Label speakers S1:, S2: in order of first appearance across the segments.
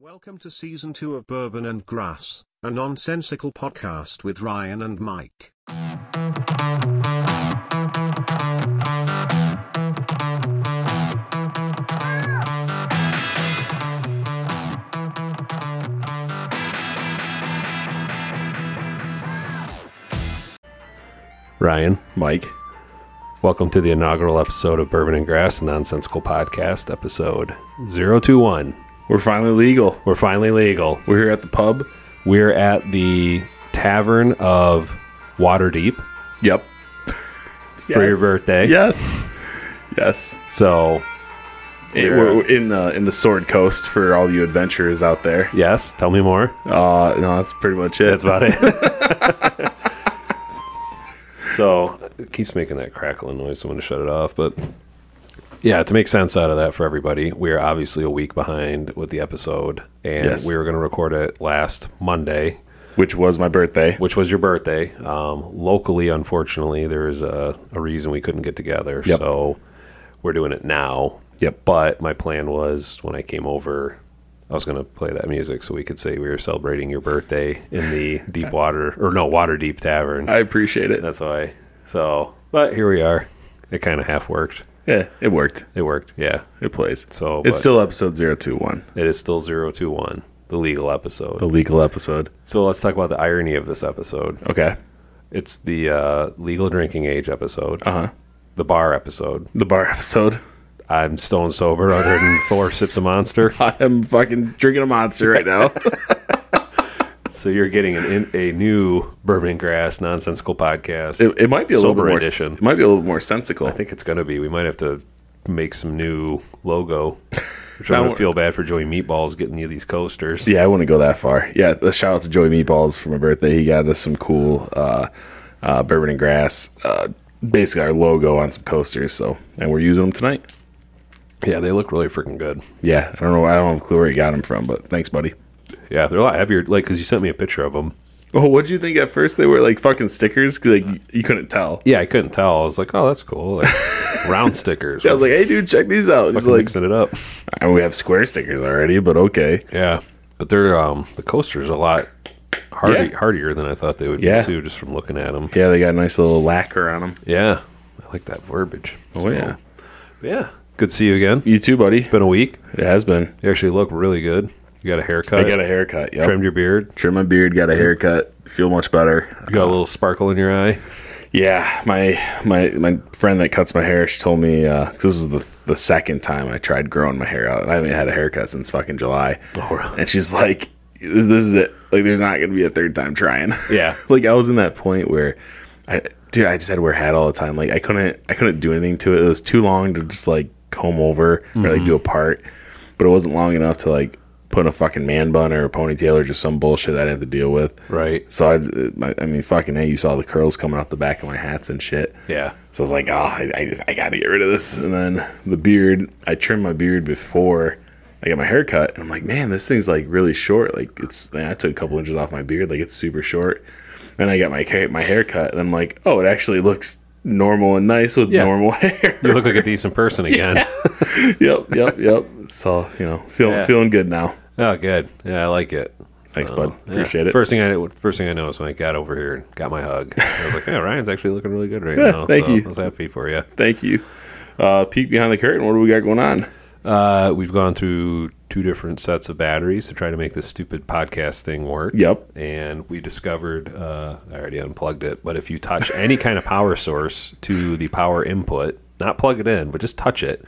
S1: Welcome to season two of Bourbon and Grass, a nonsensical podcast with Ryan and Mike.
S2: Ryan,
S3: Mike.
S2: welcome to the inaugural episode of Bourbon and Grass, a nonsensical podcast, episode 021.
S3: We're finally legal.
S2: We're finally legal.
S3: We're here at the pub.
S2: We're at the Tavern of Waterdeep
S3: Yep.
S2: for your birthday.
S3: Yes. Yes.
S2: So,
S3: It- we're in the in the Sword Coast for all you adventurers out there.
S2: yes, tell me more.
S3: Uh, no, that's pretty much it.
S2: That's about it. so, it keeps making that crackling noise. so I'm going to shut it off. But yeah, to make sense out of that for everybody, we're obviously a week behind with the episode. And
S3: Yes.
S2: we were going to record it last Monday.
S3: Which was my birthday.
S2: which was your birthday. Um, locally, unfortunately, there is a, a reason we couldn't get together.
S3: Yep.
S2: So we're doing it now.
S3: Yep.
S2: But my plan was when I came over, I was going to play that music so we could say we were celebrating your birthday in the Deep Water, or no, Water Deep Tavern.
S3: I appreciate it.
S2: That's why. So, but here we are. It kind of half worked.
S3: Yeah, it worked.
S2: It worked. Yeah.
S3: It plays.
S2: So, but-
S3: it's still episode 021,
S2: It is still 021, the legal episode.
S3: the legal episode.
S2: So let's talk about the irony of this episode.
S3: Okay.
S2: It's the uh, legal drinking age episode.
S3: Uh huh.
S2: the bar episode.
S3: The bar episode.
S2: I'm stone sober, other than four sips of monster.
S3: I am fucking drinking a monster right now.
S2: So you're getting an, in, a new bourbon and grass nonsensical podcast.
S3: it, it might be a little
S2: Sober
S3: bit more.
S2: edition.
S3: It might be a little bit more sensical.
S2: I think it's gonna be. We might have to make some new logo. Which I
S3: Now
S2: don't
S3: we're-
S2: feel bad for Joey Meatballs getting you these coasters.
S3: Yeah, I wouldn't go that far. Yeah, a shout out to Joey Meatballs for my birthday. He got us some cool uh, uh, bourbon and grass, uh, basically our logo on some coasters. So, and we're using them tonight.
S2: yeah, they look really freaking good.
S3: Yeah, I don't know. I don't have a clue where he got them from, but thanks, buddy.
S2: Yeah, they're a lot heavier. Like, cause you sent me a picture of them.
S3: Oh, what'd you think at first? They were like fucking stickers. 'Cause, like you couldn't tell.
S2: Yeah, I couldn't tell. I was like, oh, that's cool. Like, round stickers.
S3: I was like, hey, dude, check these out. He's
S2: Fucking
S3: like,
S2: mixing it up.
S3: and we have square stickers already, but okay.
S2: Yeah, but they're um the coasters a lot hardy,
S3: Yeah.
S2: hardier than I thought they would
S3: Yeah.
S2: be too, just from looking at them.
S3: Yeah, they got a nice little lacquer on them.
S2: Yeah, I like that verbiage.
S3: Oh yeah,
S2: Yeah, good to see you again.
S3: you too, buddy.
S2: Been a week.
S3: It has been.
S2: You actually look really good. You got a haircut.
S3: I got a haircut. Yep.
S2: trimmed your beard.
S3: Trim my beard. Got a haircut. Feel much better.
S2: You got a little sparkle in your eye.
S3: Yeah, my my my friend that cuts my hair, she told me uh 'cause this is the the second time I tried growing my hair out, and I haven't had a haircut since fucking July.
S2: Oh, really?
S3: And she's like, "This this is it. Like, there's not gonna be a third time trying."
S2: Yeah.
S3: like I was in that point where, I dude, I just had to wear a hat all the time. Like I couldn't I couldn't do anything to it. It was too long to just like comb over or
S2: Mm-hmm.
S3: like do a part, but it wasn't long enough to like put in a fucking man bun or a ponytail or just some bullshit I didn't have to deal with.
S2: Right.
S3: So I, I- I mean, fucking, hey, you saw the curls coming out the back of my hats and shit.
S2: Yeah.
S3: So I was like, oh, I, I just, I gotta get rid of this. And then the beard, I trimmed my beard before I got my haircut, and I'm like, man, this thing's like really short. Like it's, and I took a couple inches off my beard, like it's super short. And I got my ca- my haircut, and I'm like, oh, it actually looks normal and nice with
S2: Yeah.
S3: normal hair.
S2: You look like a decent person again.
S3: yep, yep, yep. So you know, feeling
S2: Yeah.
S3: feeling good now.
S2: Oh, good. Yeah, I like it.
S3: Thanks,
S2: So,
S3: bud.
S2: yeah.
S3: Appreciate it.
S2: First thing I first thing I noticed when I got over here and got my hug, I was like, "Yeah, Ryan's actually looking really good right now."
S3: thank
S2: so
S3: you.
S2: I was happy for you.
S3: Thank you. Uh, peek behind the curtain. What do we got going on?
S2: Uh, we've gone through two different sets of batteries to try to make this stupid podcast thing work.
S3: Yep.
S2: And we discovered, uh, I already unplugged it, but if you touch any kind of power source to the power input, not plug it in, but just touch it,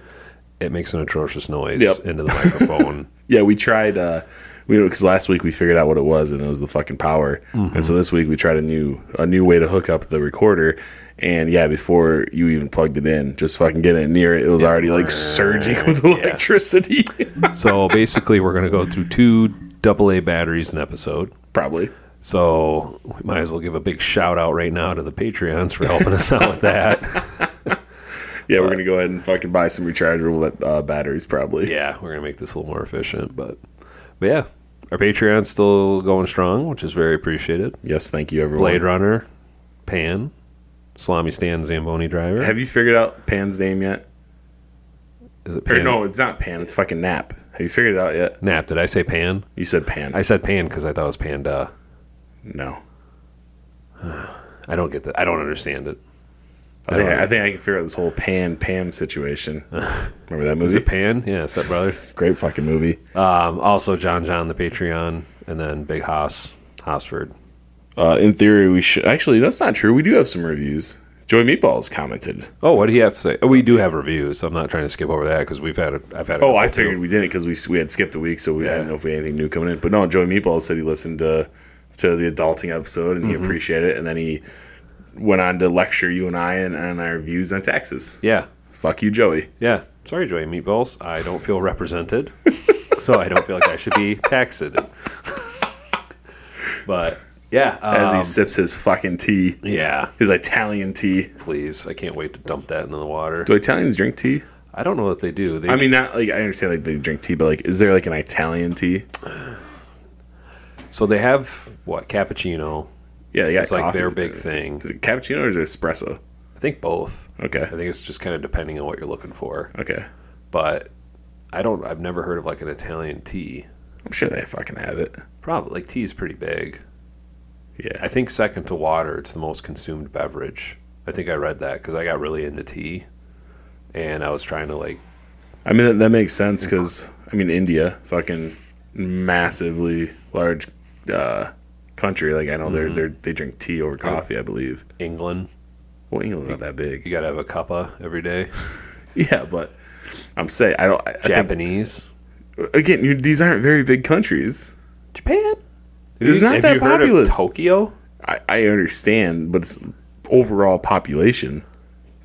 S2: it makes an atrocious noise
S3: Yep.
S2: into the microphone.
S3: Yeah, we tried. Uh, we because last week we figured out what it was, and it was the fucking power. And
S2: Mm-hmm.
S3: so this week we tried a new a new way to hook up the recorder. And yeah, before you even plugged it in, just fucking get it near it. It was already like surging with electricity.
S2: so basically, we're going to go through two AA batteries an episode.
S3: Probably.
S2: So we might as well give a big shout out right now to the Patreons for helping us out with that.
S3: Yeah, we're gonna go ahead and fucking buy some rechargeable uh, batteries. Probably.
S2: yeah, we're gonna make this a little more efficient. But, but yeah, our Patreon's still going strong, which is very appreciated.
S3: Yes, thank you, everyone.
S2: Blade Runner, Pan, Salami Stand, Zamboni Driver.
S3: Have you figured out Pan's name yet?
S2: Is it
S3: Or
S2: Pan?
S3: no, it's not Pan. It's fucking Nap. Have you figured it out yet?
S2: Nap, did I say pan?
S3: You said pan.
S2: I said pan because I thought it was panda.
S3: no.
S2: I don't get that. I don't understand it.
S3: I think I, think I can figure out this whole pan Pam situation. Remember that
S2: Is
S3: movie?
S2: it pan? Yeah, step brother.
S3: Great fucking movie.
S2: Um, also, John John the Patreon, and then Big Haas Hosford.
S3: Uh, in theory, we should actually. That's not true. We do have some reviews. Joy Meatballs commented.
S2: Oh, what do you have to say? Oh, we do have reviews. So I'm not trying to skip over that because we've had. A, I've had. A
S3: Oh, I
S2: couple, too.
S3: figured we didn't because we we had skipped a week, so we I
S2: Yeah.
S3: didn't know if we had anything new coming in. But no, Joey Meatballs said he listened to to the adulting episode and he appreciated it, and then he went on to lecture you and I and, and our views on taxes.
S2: Yeah,
S3: Fuck you, Joey.
S2: yeah. Sorry, Joey Meatballs. I don't feel represented, so I don't feel like I should be taxed. but yeah,
S3: As
S2: um,
S3: he sips his fucking tea,
S2: yeah.
S3: his Italian tea.
S2: Please, I can't wait to dump that into the water.
S3: Do Italians drink tea?
S2: I don't know what they do. They,
S3: I mean, not like I understand like they drink tea, but like, is there like an Italian tea?
S2: so they have what cappuccino.
S3: Yeah, they got
S2: It's like
S3: coffee.
S2: their big thing.
S3: Is it cappuccino or is it espresso?
S2: I think both.
S3: Okay,
S2: I think it's just kind of depending on what you're looking for.
S3: okay.
S2: But I don't. I've never heard of like an Italian tea.
S3: I'm sure they fucking have it.
S2: Probably like tea is pretty big.
S3: Yeah,
S2: I think second to water, it's the most consumed beverage. I think I read that because I got really into tea, and I was trying to like
S3: I mean, that, that makes sense because, I mean, India, fucking massively large uh, country. Like, I know they're, they're, they drink tea over coffee, I believe.
S2: England.
S3: Well, England's not that
S2: You
S3: big.
S2: got to have a cuppa every day.
S3: Yeah, but I'm saying, I don't. I, I think,
S2: Japanese,
S3: again, you, these aren't very big countries.
S2: Japan.
S3: It's
S2: You-
S3: not
S2: have
S3: that
S2: you heard of
S3: populous.
S2: Tokyo.
S3: I, I understand, but it's overall population.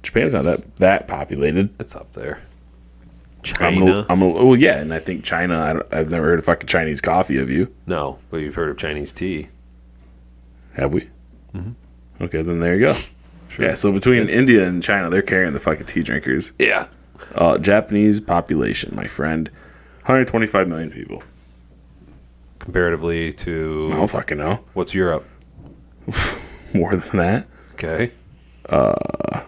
S3: Japan's not that, that populated.
S2: It's up there.
S3: I'm,
S2: China.
S3: a, I'm a, well, yeah, and I think China. I don't, I've never heard of fucking Chinese coffee. Have you?
S2: no, but you've heard of Chinese tea.
S3: Have we? Okay, then there you go. Yeah, so between India and China, they're carrying the fucking tea drinkers.
S2: Yeah.
S3: Uh, Japanese population, my friend, 125 million people.
S2: Comparatively to
S3: I don't fucking know
S2: what's Europe?
S3: more than that.
S2: Okay.
S3: F-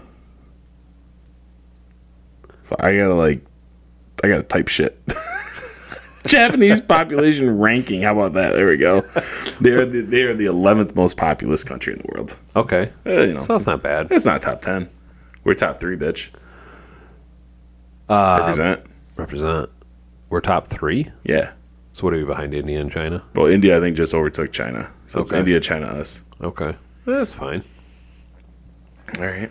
S3: I gotta like, I gotta type shit. Japanese population ranking. How about that? There we go. They are the, they are the 11th most populous country in the world.
S2: Okay.
S3: Eh, you know,
S2: So that's not bad.
S3: it's not top 10. We're top three, bitch. Uh, Represent.
S2: Represent. We're top three.
S3: Yeah.
S2: So what are we behind India and China?
S3: Well, India, I think, just overtook China. So it's
S2: Okay.
S3: India, China, us.
S2: Okay. Well, that's fine.
S3: All right.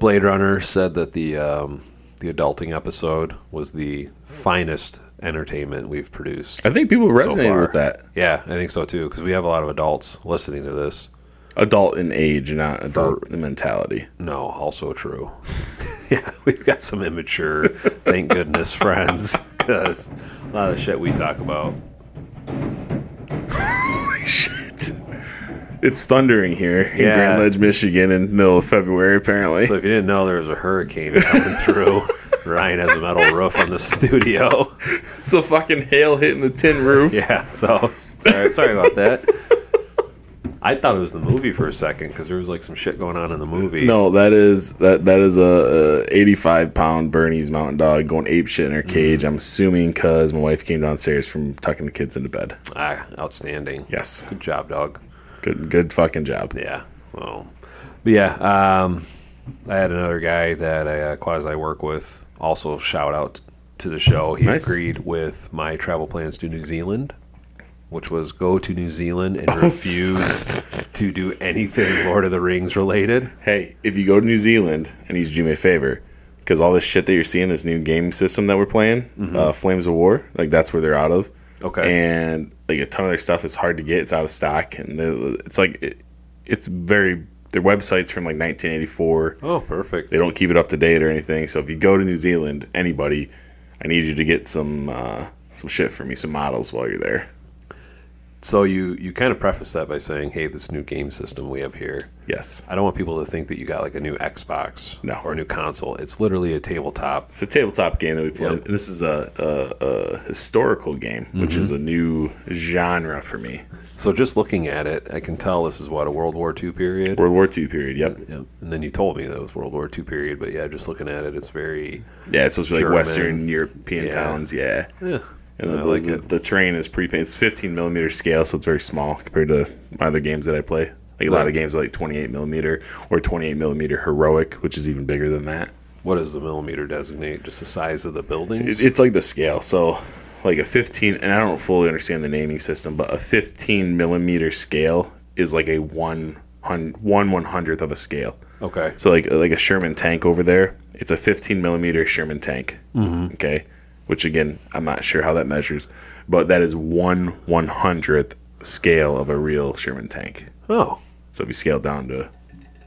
S2: Blade Runner said that the um, the adulting episode was the finest entertainment we've produced.
S3: I think people
S2: So
S3: resonate
S2: far.
S3: with that.
S2: Yeah, I think so too, because we have a lot of adults listening to this.
S3: Adult in age, not adult in mentality.
S2: No, also true. yeah, we've got some immature, thank goodness, friends, because a lot of shit we talk about.
S3: Shit. It's thundering here in
S2: Yeah.
S3: Grand Ledge, Michigan in the middle of February, apparently.
S2: So if you didn't know, there was a hurricane coming through. Ryan has a metal roof on the studio.
S3: It's the fucking hail hitting the tin roof.
S2: Yeah, so sorry, sorry about that. I thought it was the movie for a second because there was like some shit going on in the movie.
S3: No, that is that that is a, a 85 pound Bernese mountain dog going ape shit in her cage.
S2: Mm.
S3: I'm assuming because my wife came downstairs from tucking the kids into bed.
S2: Ah, outstanding.
S3: Yes,
S2: Good job, dog.
S3: good good fucking job.
S2: Yeah. Well, but yeah. Um, I had another guy that I uh, quasi work with. Also, shout out to the show. He
S3: Nice.
S2: agreed with my travel plans to New Zealand, which was go to New Zealand and refuse to do anything Lord of the Rings related.
S3: hey, if you go to New Zealand, I need you to do me a favor. Because all this shit that you're seeing, this new game system that we're playing, uh, Flames of War, like that's where they're out of.
S2: Mm-hmm. Okay.
S3: And like a ton of their stuff is hard to get. It's out of stock, and the- it's like it, it's very their website's from like 1984.
S2: Oh, perfect.
S3: They don't keep it up to date or anything. So if you go to New Zealand, anybody, I need you to get some uh, some shit for me, some models while you're there.
S2: So you you kind of preface that by saying, "Hey, this new game system we have here.
S3: Yes,
S2: I don't want people to think that you got like a new Xbox
S3: No.
S2: or a new console. It's literally a tabletop.
S3: It's a tabletop game that we play.
S2: Yep.
S3: And this is a, a, a historical game, which
S2: Mm-hmm.
S3: is a new genre for me.
S2: So just looking at it, I can tell this is what a World War II period.
S3: World War II period. Yep.
S2: Yeah. And then you told me that it was World War II period, but yeah, just looking at it, it's very
S3: Yeah, it's supposed to be like
S2: German.
S3: Western European
S2: Yeah.
S3: towns. Yeah.
S2: eh,
S3: And the,
S2: I like
S3: the,
S2: it.
S3: the terrain is pre-painted. It's 15 millimeter scale, so it's very small compared to my other games that I play. Like a lot of games are like 28 millimeter or 28 millimeter heroic, which is even bigger than that.
S2: What does the millimeter designate? Just the size of the buildings?
S3: It, it's like the scale. So, like a 15, and I don't fully understand the naming system, but a 15 millimeter scale is like a one hun- one one hundredth of a scale.
S2: okay.
S3: So like like a Sherman tank over there, it's a 15 millimeter Sherman tank. Mm-hmm. Okay, which again I'm not sure how that measures, but that is one one hundredth scale of a real Sherman tank.
S2: Oh,
S3: So if you scale down to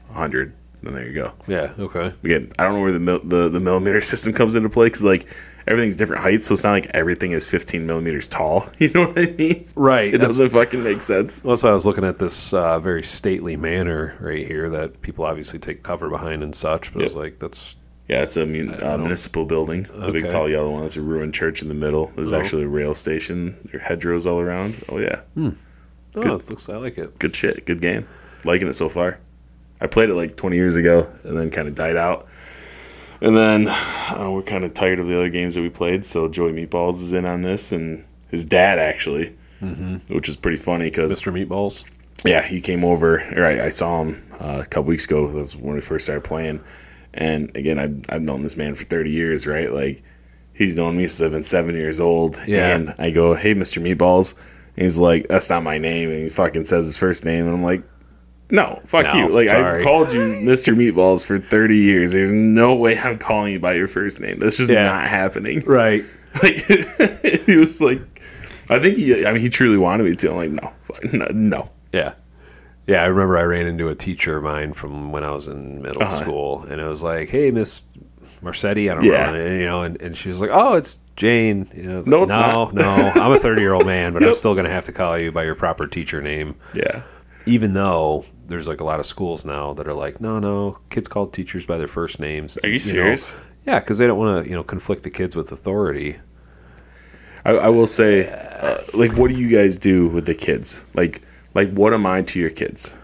S3: 100, then there you go.
S2: yeah. Okay.
S3: Again, I don't know where the mil- the, the millimeter system comes into play because like everything's different heights, so it's not like everything is 15 millimeters tall. You know what I mean?
S2: Right.
S3: It doesn't fucking make sense.
S2: Well, that's why I was looking at this uh, very stately manor right here that people obviously take cover behind and such. But I was like, that's
S3: Yeah, it's a mun- uh, municipal building. The big
S2: Okay.
S3: tall yellow one. It's a ruined church in the middle. There's actually a rail station. There are hedgerows all around. Oh yeah,
S2: oh, it looks. I like it.
S3: good shit. Good game. Liking it so far. I played it like 20 years ago and then kind of died out. And then uh, we're kind of tired of the other games that we played. So Joey Meatballs is in on this and his dad actually, which is pretty funny because
S2: Mr. Meatballs.
S3: yeah, he came over, or I, I saw him uh, a couple weeks ago. That's when we first started playing. And again, I've, I've known this man for 30 years, right? Like, he's known me since I've been seven years old.
S2: Yeah.
S3: And I go, hey, Mr. Meatballs. And he's like, that's not my name. And he fucking says his first name. And I'm like, no, fuck
S2: No,
S3: you. Like,
S2: sorry.
S3: I've called you Mr. Meatballs for 30 years. There's no way I'm calling you by your first name. That's just
S2: Yeah.
S3: not happening.
S2: Right.
S3: Like, he was like, I think he, I mean, he truly wanted me to. I'm like, no, fuck, no, no.
S2: Yeah. Yeah, I remember I ran into a teacher of mine from when I was in middle
S3: Uh-huh.
S2: school, and I was like, "Hey, Miss Marcetti, I don't
S3: Yeah.
S2: know," and, you know, and, and she was like, "Oh, it's Jane." You know, I was
S3: No,
S2: like,
S3: it's
S2: no,
S3: not."
S2: no, I'm a 30 year old man, but I'm
S3: Yep.
S2: still gonna have to call you by your proper teacher name,
S3: Yeah.
S2: even though there's like a lot of schools now that are like, "No, no, kids call teachers by their first names."
S3: Are you
S2: know.
S3: serious?
S2: Yeah, because they don't want to, you know, conflict the kids with authority.
S3: I, I will say, uh, like, what do you guys do with the kids? Like, like, what am I to your kids?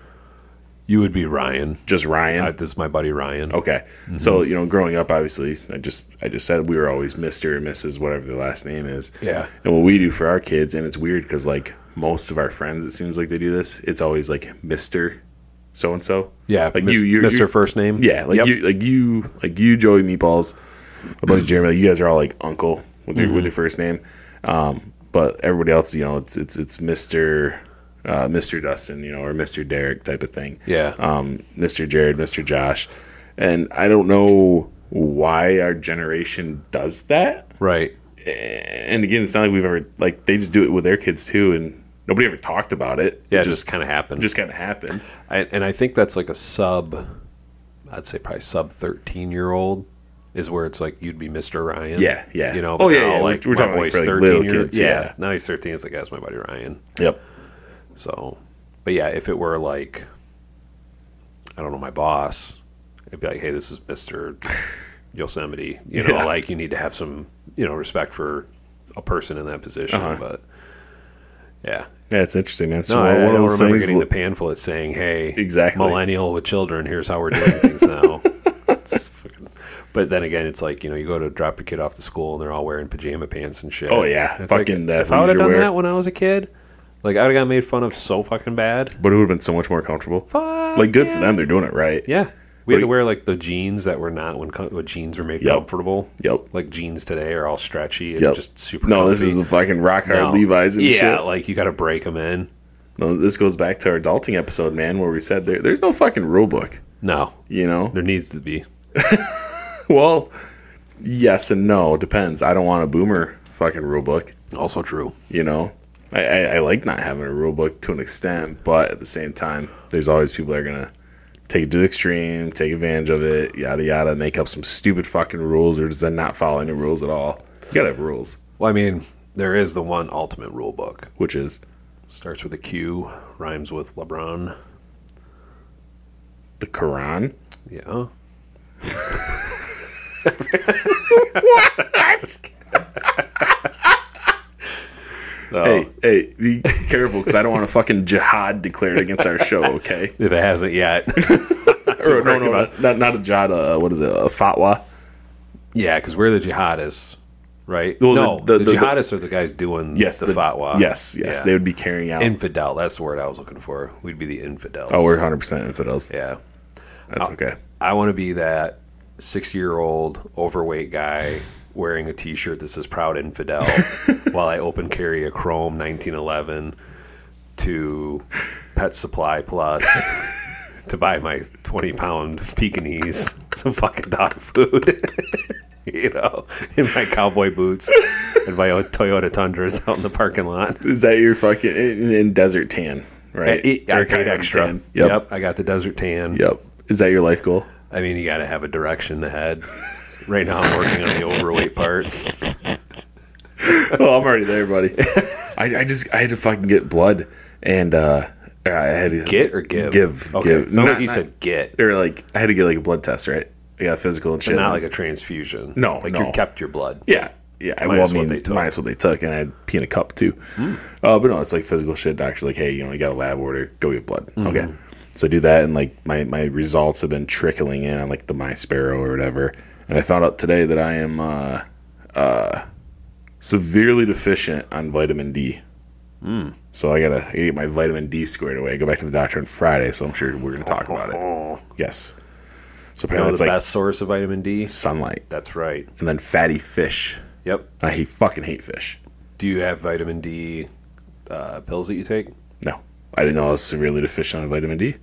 S2: You would be Ryan.
S3: Just Ryan.
S2: I, this is my buddy Ryan.
S3: okay. So you know, growing up, obviously, I just, I just said we were always Mister and Mrs. Whatever their last name is.
S2: Yeah.
S3: And what we do for our kids, and it's weird because like most of our friends, it seems like they do this. It's always like Mister, so and so.
S2: Yeah,
S3: Like
S2: Mis-
S3: you, you,
S2: Mr.
S3: you-
S2: First Name.
S3: Yeah, like
S2: Yep.
S3: you, like you, like you, Joey Meatballs, a bunch of Jeremy. Like you guys are all like uncle with
S2: Mm-hmm.
S3: your with your first name, um, but everybody else, you know, it's it's it's Mister uh, Mister Dustin, you know, or Mister Derek type of thing.
S2: Yeah.
S3: um, Mister Jared, Mister Josh, and I don't know why our generation does that.
S2: Right.
S3: And again, it's not like we've ever like they just do it with their kids too, and nobody ever talked about it.
S2: Yeah,
S3: it
S2: it just, kind of happened.
S3: just kind of happened.
S2: I, and I think that's like a sub, I'd say probably sub thirteen year old is where it's like you'd be Mister Ryan.
S3: Yeah, yeah.
S2: You know. but
S3: Oh, yeah,
S2: now,
S3: yeah, we're-
S2: Like
S3: we're
S2: my
S3: talking
S2: boy's
S3: like for, like,
S2: thirteen
S3: little
S2: years.
S3: kids,
S2: yeah.
S3: yeah.
S2: Now he's thirteen. It's like that's my buddy Ryan.
S3: Yep.
S2: So, but yeah, if it were like, I don't know, my boss, it'd be like, hey, this is Mister Yosemite. You know,
S3: Yeah.
S2: like you need to have some, you know, respect for a person in that position.
S3: Uh-huh.
S2: But yeah,
S3: Yeah, it's interesting, man. It's
S2: No,
S3: one
S2: I,
S3: of
S2: I don't
S3: those
S2: remember
S3: things
S2: getting
S3: li-
S2: the pamphlet saying, "Hey,
S3: Exactly.
S2: millennial with children. Here's how we're doing things now." It's fucking- but then again, it's like you know, you go to drop your kid off to school and they're all wearing pajama pants and shit.
S3: Oh, yeah.
S2: It's
S3: Fucking
S2: like,
S3: that
S2: If I would have
S3: leisure
S2: done
S3: wear.
S2: that when I was a kid, like I would have got made fun of so fucking bad.
S3: But it would have been so much more comfortable.
S2: Fuck
S3: Like, good
S2: yeah.
S3: for them. They're doing it right.
S2: Yeah, we had
S3: But-
S2: to wear like the jeans that were not when, co- when jeans were made
S3: Yep.
S2: comfortable.
S3: Yep.
S2: Like jeans today are all stretchy and
S3: Yep.
S2: just super.
S3: no, this
S2: comfy.
S3: is the fucking rock hard
S2: No.
S3: Levi's and
S2: yeah,
S3: shit.
S2: like you got to break them in.
S3: No, this goes back to our adulting episode, man, where we said there, there's no fucking rule book,
S2: No,
S3: you know?
S2: there needs to be.
S3: Well, yes and no. Depends. I don't want a boomer fucking rule book,
S2: Also true.
S3: you know? I, I, I like not having a rule book to an extent, but at the same time, there's always people that are going to take it to the extreme, take advantage of it, yada, yada, make up some stupid fucking rules or just then not follow any rules at all. You got to have rules,
S2: Well, I mean, there is the one ultimate rule book.
S3: which is
S2: Starts with a Q, rhymes with LeBron.
S3: the Quran.
S2: Yeah. So,
S3: Hey, hey, be careful because I don't want a fucking jihad declared against our show, okay?
S2: If it hasn't yet.
S3: or, no, no, not, not a jihad, uh, what is it, a fatwa?
S2: yeah, because we're the jihadists. right?
S3: Well,
S2: no, the,
S3: the- the- the-
S2: jihadists are the guys doing
S3: Yes,
S2: the, fatwa.
S3: Yes, yes,
S2: Yeah.
S3: they would be carrying out.
S2: infidel. That's the word I was looking for. We'd be the infidels.
S3: oh, we're 100 percent infidels.
S2: yeah.
S3: That's okay.
S2: I want to be that six-year-old overweight guy wearing a T-shirt that says "Proud Infidel" while I open carry a Chrome 1911 to Pet Supply Plus to buy my 20-pound Pekingese some fucking dog food. You know, in my cowboy boots and my Toyota Tundras out in the parking lot.
S3: Is that your fucking in, in desert tan? Right.
S2: It,
S3: Or
S2: I
S3: kind
S2: paid
S3: of
S2: extra.
S3: tan.
S2: Yep.
S3: Yep. yep.
S2: I got the desert tan.
S3: Is that your life goal?
S2: I mean, you got to have a direction to head. Right now, I'm working on the overweight part.
S3: oh, I'm already there, buddy. I, I just I had to fucking get blood, and uh I had to
S2: Get or give?
S3: Give,
S2: Okay.
S3: give.
S2: So
S3: Not-
S2: you
S3: not-
S2: said get,
S3: or like I had to get like a blood test, right? I got a physical and shit.
S2: not like a transfusion.
S3: No,
S2: like
S3: no.
S2: you kept your blood.
S3: yeah, yeah. I well,
S2: Minus
S3: I
S2: what
S3: mean,
S2: they took. Hmm.
S3: minus what they took, and I had pee in a cup too. Uh, but no, it's like physical shit. Doctor's like, hey, you know, you got a lab order, go get blood.
S2: Mm-hmm.
S3: Okay, so I do that, and like my my results have been trickling in on like the My Sparrow or whatever, and I found out today that I am uh, uh, severely deficient on vitamin D.
S2: Hmm.
S3: So I gotta, I gotta get my vitamin D squared away. I go back to the doctor on Friday, so I'm sure we're gonna talk about it.
S2: Oh,
S3: Yes. So
S2: you
S3: apparently
S2: know
S3: it's
S2: the
S3: like
S2: best source of vitamin D.
S3: sunlight,
S2: That's right.
S3: and then fatty fish.
S2: Yep.
S3: I hate fucking hate fish.
S2: Do you have vitamin D uh, pills that you take?
S3: No, I didn't know I was severely deficient on vitamin D.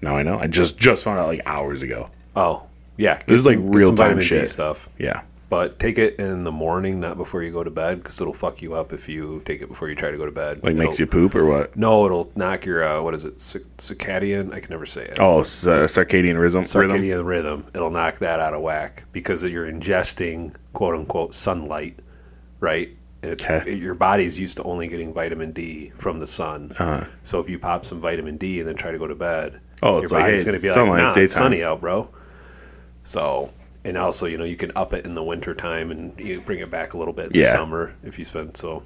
S3: Now I know. I just just found out like hours ago.
S2: Oh, yeah. Get
S3: This is like
S2: some- get
S3: real
S2: some
S3: time
S2: vitamin D
S3: shit.
S2: stuff.
S3: Yeah,
S2: But take it in the morning, not before you go to bed, because it'll fuck you up if you take it before you try to go to bed.
S3: like makes
S2: It'll-
S3: you poop or what?
S2: No, it'll knock your uh, what is it? Circ- Circadian? I can never say it.
S3: Oh, s- uh, circadian rhythm. rhythm.
S2: circadian rhythm. It'll knock that out of whack because you're ingesting quote unquote sunlight, right? And It's,
S3: Okay.
S2: Your body's used to only getting vitamin D from the sun. So if you pop some vitamin D and then try to go to bed,
S3: Uh-huh. Oh,
S2: your
S3: it's like,
S2: body's
S3: hey,
S2: going to be like,
S3: sunlight,
S2: nah,
S3: it's
S2: it's,
S3: daytime."
S2: sunny out, bro. So, and also, you know, you can up it in the winter time and you bring it back a little bit in
S3: Yeah.
S2: the summer if you spend. So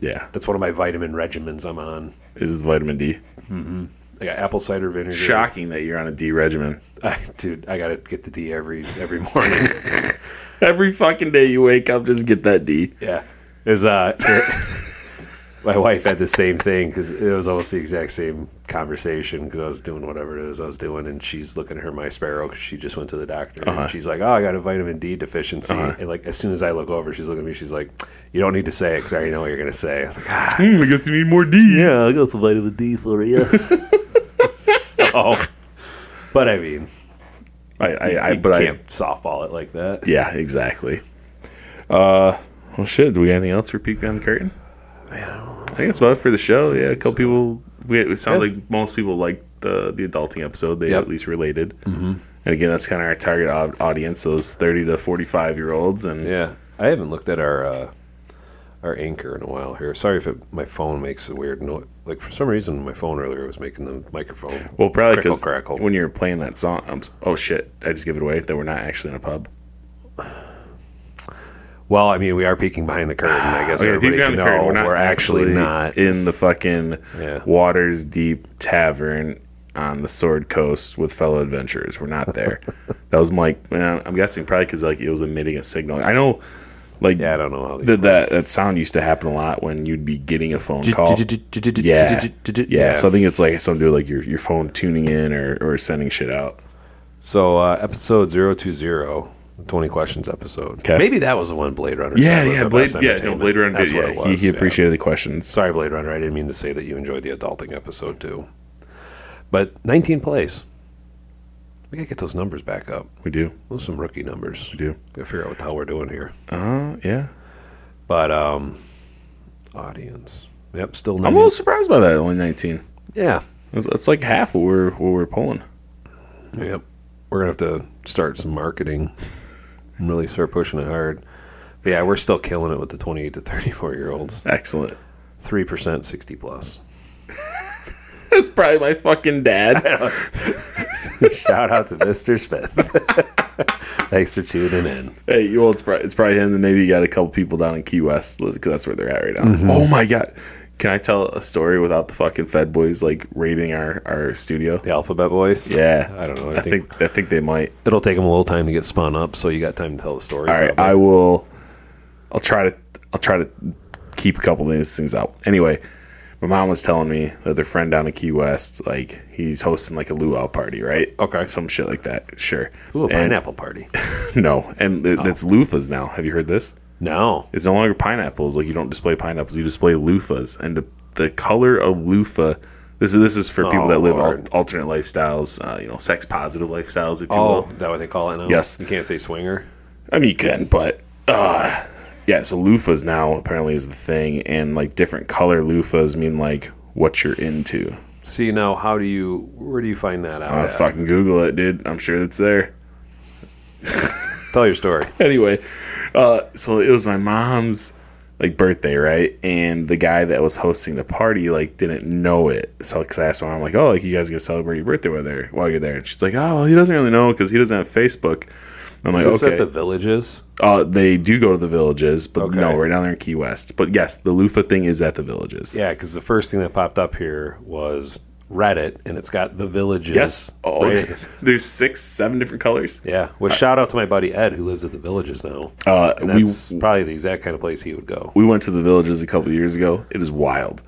S3: Yeah,
S2: that's one of my vitamin regimens I'm on.
S3: this is vitamin D.
S2: I got apple cider vinegar.
S3: Shocking that you're on a D regimen.
S2: I, dude, I gotta get the D every every morning.
S3: Every fucking day you wake up, just get that D.
S2: yeah, is uh, my wife had the same thing because it was almost the exact same conversation because I was doing whatever it is I was doing, and she's looking at her my sparrow because she just went to the doctor. And she's like, "Oh, I got a vitamin D deficiency," and like as soon as I look over, she's looking at me. She's like, "You don't need to say it 'cause I already know what you're gonna say." I was like, "Ah,
S3: Hmm, I guess you need more D.
S2: yeah, I got some vitamin D for you." so, but I mean,
S3: I, I, I
S2: you
S3: but I,
S2: can't softball it like that.
S3: yeah, exactly. Uh, well, shit. Do we got anything else for peek behind the curtain? I think that's about it for the show. Yeah, a couple people. We, it sounds
S2: Yeah.
S3: like most people liked the the adulting episode. They
S2: Yep.
S3: at least related. Mm-hmm. And again, that's kind of our target au- audience: those thirty to forty five year olds. And
S2: Yeah, I haven't looked at our uh, our anchor in a while here. Sorry if it, my phone makes a weird noise. Like for some reason, my phone earlier was making the microphone.
S3: well, probably
S2: Crickle,
S3: because
S2: crackle.
S3: when you're playing that song, I'm, s- oh shit, I just give it away that we're not actually in a pub.
S2: Well, I mean, we are peeking behind the curtain. I guess
S3: Okay, peek
S2: everybody
S3: behind
S2: can
S3: the
S2: know
S3: curtain.
S2: we're, actually, not.
S3: in the fucking
S2: Yeah.
S3: waters deep tavern on the Sword Coast with fellow adventurers. We're not there. that was Mike. well, I'm guessing probably because like it was emitting a signal. I know, like
S2: Yeah, I don't know how. These,
S3: that that that sound used to happen a lot when you'd be getting a phone call. Yeah. yeah, So I think it's like something to do with, like your your phone tuning in or or sending shit out.
S2: so uh, episode 020, 20 questions episode.
S3: 'Kay.
S2: Maybe that was the one Blade Runner.
S3: Yeah,
S2: said was
S3: yeah,
S2: the
S3: Blade.
S2: best
S3: Yeah, no,
S2: entertainment.
S3: Blade Runner.
S2: That's
S3: Did,
S2: what
S3: yeah,
S2: it was.
S3: he, he
S2: yeah.
S3: appreciated the questions.
S2: Sorry, Blade Runner. I didn't mean to say that you enjoyed the adulting episode too. But 19 plays. We gotta get those numbers back up.
S3: We do,
S2: Those are some rookie numbers.
S3: we do.
S2: Gotta figure out what the hell we're doing here. Uh-huh,
S3: Uh, yeah.
S2: But um, audience. Yep, still
S3: I'm
S2: nine.
S3: a little surprised by that. Only 19.
S2: Yeah.
S3: That's, that's like half what we're what we're pulling.
S2: Yep. We're gonna have to start some marketing. and really start pushing it hard. But yeah, we're still killing it with the 28 to 34 year olds.
S3: Excellent.
S2: Three percent, 60 plus.
S3: That's probably my fucking dad.
S2: Shout out to Mr. Smith. Thanks for tuning in.
S3: hey, you well, it's probably, it's probably him. And maybe you got a couple people down in Key West because that's where they're at right now.
S2: Mm-hmm.
S3: Oh my god! Can I tell a story without the fucking Fed boys like raiding our our studio?
S2: The Alphabet Voice.
S3: Yeah,
S2: I don't know. I
S3: I
S2: think-
S3: think I think they might.
S2: It'll take them a little time to get spun up, so you got time to tell the story.
S3: All right,
S2: probably.
S3: I will. I'll try to I'll try to keep a couple of these things out. Anyway, my mom was telling me that their friend down in Key West, like he's hosting like a luau party, right?
S2: Okay.
S3: some shit like that. Sure.
S2: Ooh, a
S3: And-
S2: pineapple party.
S3: No, and
S2: Oh.
S3: it, it's loofahs now. Have you heard this?
S2: No.
S3: It's no longer pineapples. Like you don't display pineapples, you display loofahs, and the, the color of loofah. This is this is for people
S2: Oh,
S3: that live al-
S2: Lord.
S3: alternate lifestyles, uh, you know, sex positive lifestyles, if you
S2: Oh,
S3: will.
S2: is that what they call it now?
S3: Yes.
S2: You can't say swinger.
S3: I mean, you can, but uh, yeah. So loofahs now apparently is the thing, and like different color loofahs mean like what you're into.
S2: See now, how do you? Where do you find that out?
S3: Uh,
S2: at?
S3: Fucking Google it, dude. I'm sure it's there.
S2: Tell your story.
S3: anyway, uh, so it was my mom's like birthday, right? And the guy that was hosting the party like didn't know it. So because I asked my mom, like, "Oh, like you guys gonna celebrate your birthday with her while you're there?" And she's like, "Oh, well, he doesn't really know because he doesn't have Facebook." I'm like,
S2: Is this
S3: okay.
S2: at the villages?
S3: uh, they do go to the villages, but
S2: Okay.
S3: no, right now they're in Key West. But yes, the loofah thing is at the villages.
S2: Yeah, because the first thing that popped up here was Reddit, and it's got the villages.
S3: Yes. Oh,
S2: right?
S3: there's six, seven different colors.
S2: Yeah. Well, shout out to my buddy Ed who lives at the villages now.
S3: Uh,
S2: And
S3: we
S2: that's probably the exact kind of place he would go.
S3: we went to the villages a couple years ago. It is wild.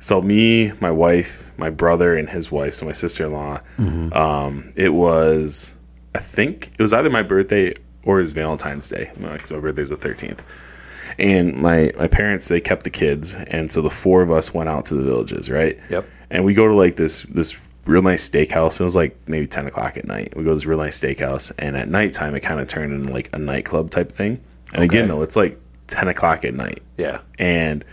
S3: So me, my wife, my brother, and his wife, so my sister in law.
S2: Mm-hmm.
S3: Um, it was, I think it was either my birthday or it was Valentine's Day. Because my birthday's the thirteenth. And my my parents they kept the kids, and so the four of us went out to the villages, right?
S2: Yep.
S3: And we go to like this this real nice steakhouse. It was like maybe ten o'clock at night. We go to this real nice steakhouse, and at nighttime it kind of turned into like a nightclub type thing. And again
S2: Okay.
S3: though, it's like ten o'clock at night,
S2: Yeah.
S3: and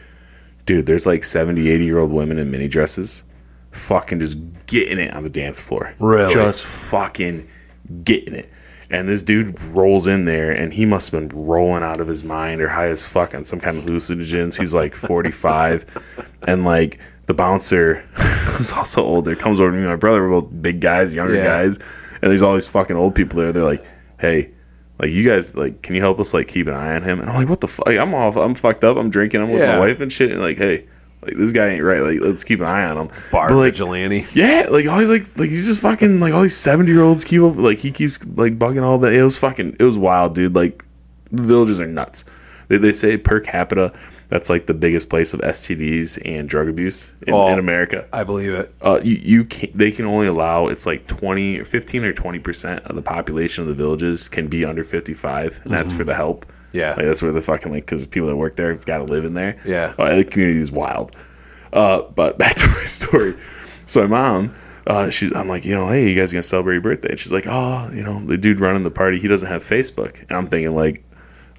S3: dude, there's like 70, 80 year old women in mini dresses fucking just getting it on the dance floor.
S2: Really?
S3: Just fucking getting it. And this dude rolls in there and he must have been rolling out of his mind or high as fuck on some kind of hallucinogens. He's like 45. and like the bouncer, who's also older, comes over to me and my brother. We're both big guys, younger
S2: Yeah.
S3: guys. And there's all these fucking old people there. They're like, hey, like you guys like can you help us like keep an eye on him and i'm like what the fuck i'm all i'm fucked up i'm drinking i'm with my
S2: Yeah.
S3: wife and shit and like hey like this guy ain't right like let's keep an eye on him
S2: Bar
S3: but like
S2: vigilante.
S3: yeah like all these like like he's just fucking like all these 70 year olds keep up like he keeps like bugging all that it was fucking it was wild dude like the villagers are nuts they, they say per capita that's like the biggest place of stds and drug abuse in,
S2: Oh.
S3: in america
S2: I believe it.
S3: uh, you, you can they can only allow it's like 20 or 15 or 20 percent of the population of the villages can be under 55 and that's for the help
S2: Mm-hmm. Yeah.
S3: like that's where the fucking like because people that work there have got to live in there
S2: Yeah.
S3: uh, the community is wild uh but back to my story so my mom uh, she's, I'm like, you know, hey, you guys gonna celebrate your birthday? And she's like, oh, you know, the dude running the party, he doesn't have Facebook. And I'm thinking like,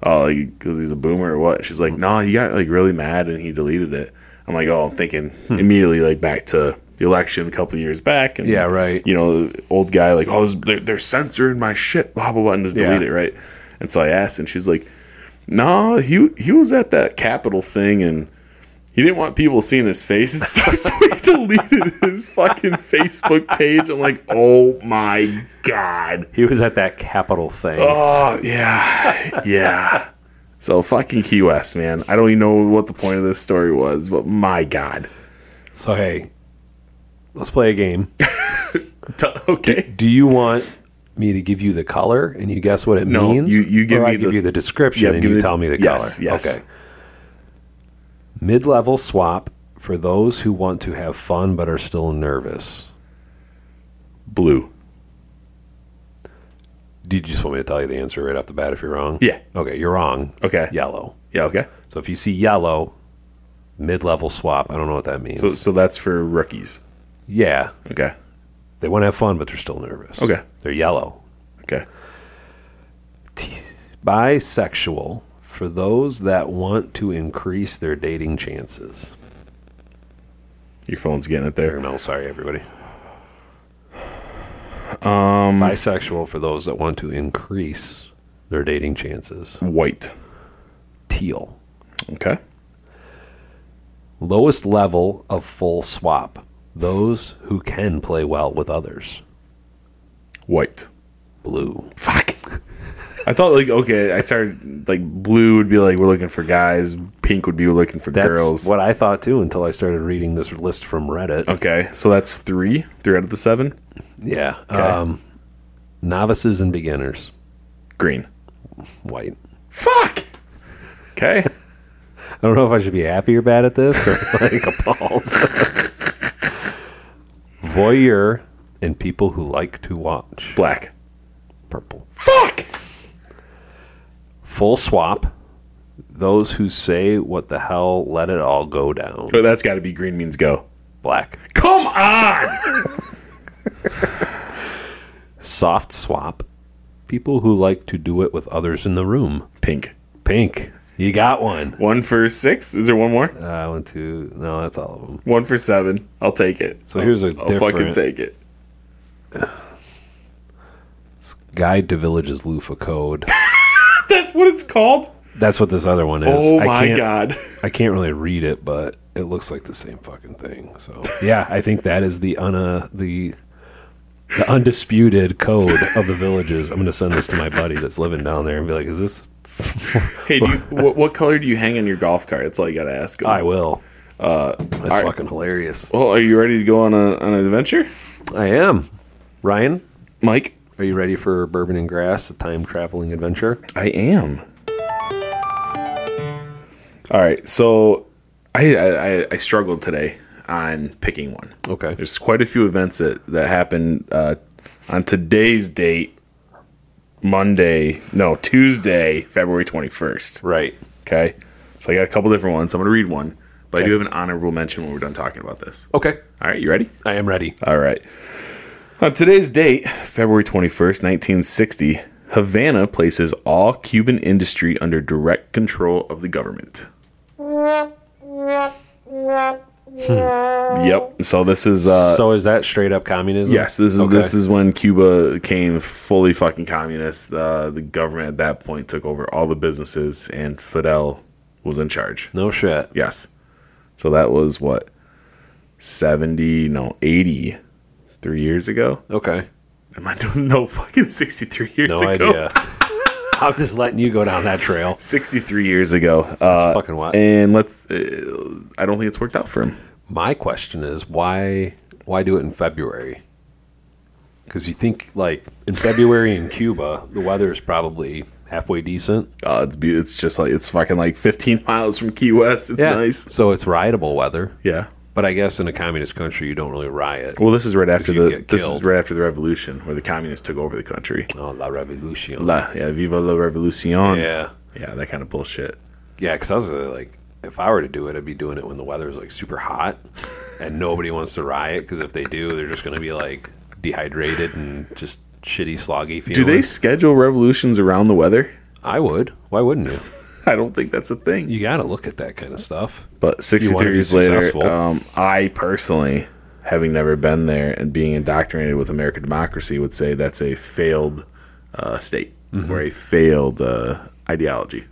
S3: oh, like, cause he's a boomer or what? She's like, no, he got like really mad and he deleted it. I'm like, oh, I'm thinking
S2: Hmm.
S3: immediately like back to the election a couple of years back. And
S2: Yeah, right.
S3: You know, the old guy like, oh, this- they're, they're censoring my shit, blah blah blah, and just
S2: Yeah.
S3: delete it, right? And so I asked, and she's like, no, he he was at that Capitol thing and. He didn't want people seeing his face and stuff, so he deleted his fucking Facebook page. I'm like, oh my god.
S2: He was at that capital thing.
S3: Oh yeah, yeah. So fucking Key West, man. I don't even know what the point of this story was, but my god.
S2: So hey, let's play a game.
S3: T- okay.
S2: Do you want me to give you the color and you guess what it
S3: No,
S2: means?
S3: you- you give
S2: or I
S3: me
S2: give
S3: the-
S2: you the description
S3: Yeah,
S2: and
S3: give
S2: you
S3: me the-
S2: tell me the
S3: yes,
S2: color.
S3: yes.
S2: Okay. Mid-level swap for those who want to have fun but are still nervous.
S3: Blue.
S2: Did you just want me to tell you the answer right off the bat if you're wrong?
S3: Yeah.
S2: Okay, you're wrong.
S3: Okay.
S2: Yellow.
S3: Yeah. Okay.
S2: So if you see yellow, mid-level swap. I don't know what that means.
S3: So so that's for rookies.
S2: yeah,
S3: Okay.
S2: they want to have fun but they're still nervous.
S3: Okay.
S2: They're yellow.
S3: Okay.
S2: bisexual for those that want to increase their dating chances.
S3: Your phone's getting it there.
S2: No, sorry, everybody. Um, bisexual for those that want to increase their dating chances.
S3: White.
S2: Teal.
S3: Okay.
S2: Lowest level of full swap. Those who can play well with others.
S3: White.
S2: Blue.
S3: Fuck. I thought like okay, I started like blue would be like we're looking for guys, pink would be we're looking for
S2: That's
S3: girls. Oh.
S2: what I thought too until I started reading this list from Reddit.
S3: Okay. So that's 3, 3 out of the 7.
S2: Yeah. Um, novices and beginners.
S3: Green.
S2: White.
S3: Fuck. Okay.
S2: I don't know if I should be happy or bad at this or like appalled. Voyeur and people who like to watch.
S3: Black.
S2: Purple.
S3: Fuck.
S2: Full swap. Those who say what the hell let it all go down.
S3: But that's got to be green means go.
S2: Black.
S3: Come on.
S2: Soft swap. People who like to do it with others in the room.
S3: Pink.
S2: Pink. You got one.
S3: One for six. Is there one more?
S2: Uh, I went to. No, that's all of them.
S3: One for seven. I'll take it.
S2: So here's a
S3: I'll fucking
S2: different
S3: take it.
S2: guide to villages loofah code.
S3: That's what it's called.
S2: That's what this other one is.
S3: Oh
S2: I
S3: my
S2: can't-
S3: god.
S2: I can't really read it, but it looks like the same fucking thing. So yeah, I think that is the un uh, the the undisputed code of the villages. I'm gonna send this to my buddy that's living down there and be like, "Is this?"
S3: Hey, do you, what, what color do you hang on your golf cart? That's all you got to ask. 'em.
S2: I will. Uh, that's
S3: right.
S2: fucking hilarious.
S3: Well, are you ready to go on a on an adventure,
S2: I am. Ryan,
S3: Mike?
S2: are you ready for Bourbon and Grass, a time traveling adventure?
S3: I am. All right, so I I, I- I struggled today on picking one.
S2: Okay.
S3: There's quite a few events that that happened uh, on today's date, Monday, no Tuesday, February 21st.
S2: Right.
S3: Okay, so I got a couple different ones. I'm gonna read one, but I
S2: Okay.
S3: do have an honorable mention when we're done talking about this.
S2: Okay.
S3: All right, you ready?
S2: I am ready.
S3: All right. On today's date, February 21st, 1960, Havana places all Cuban industry under direct control of the government. Hmm. Yep. So this is uh
S2: so is that straight up communism?
S3: yes, this is
S2: Okay.
S3: this is when Cuba became fully fucking communist. Uh, the government at that point took over all the businesses and Fidel was in charge.
S2: no shit.
S3: Yes. So that was what 70 no 80 3 years ago.
S2: Okay.
S3: Am I doing no fucking 63 years
S2: No
S3: ago?
S2: idea. I'm just letting you go down that trail.
S3: 63 years ago. Uh,
S2: fucking wild.
S3: And let's, uh, I don't think it's worked out for him.
S2: My question is why why do it in February? Because you think like in February in Cuba, the weather is probably halfway decent.
S3: Uh, it's, be- it's just like, it's fucking like 15 miles from Key West. It's nice.
S2: So it's riotable weather.
S3: Yeah.
S2: But I guess in a communist country, you don't really riot.
S3: Well, this is right after
S2: you
S3: the,
S2: get
S3: this is
S2: killed.
S3: right after the revolution where the communists took over the country.
S2: Oh, la revolution.
S3: La, yeah, viva la revolution.
S2: yeah.
S3: Yeah, that kind of bullshit.
S2: Yeah, because I was uh, like, if I were to do it, I'd be doing it when the weather is like super hot and nobody wants to riot. Because if they do, they're just going to be like dehydrated and just shitty, sloggy feeling.
S3: Do they schedule revolutions around the weather?
S2: I would. Why wouldn't you?
S3: I don't think that's a thing.
S2: You got to look at that kind of stuff.
S3: But
S2: wanna
S3: 63
S2: be
S3: years later,
S2: successful.
S3: um, I personally, having never been there and being indoctrinated with American democracy, would say that's a failed uh, state
S2: Mm-hmm.
S3: or a failed uh, ideology.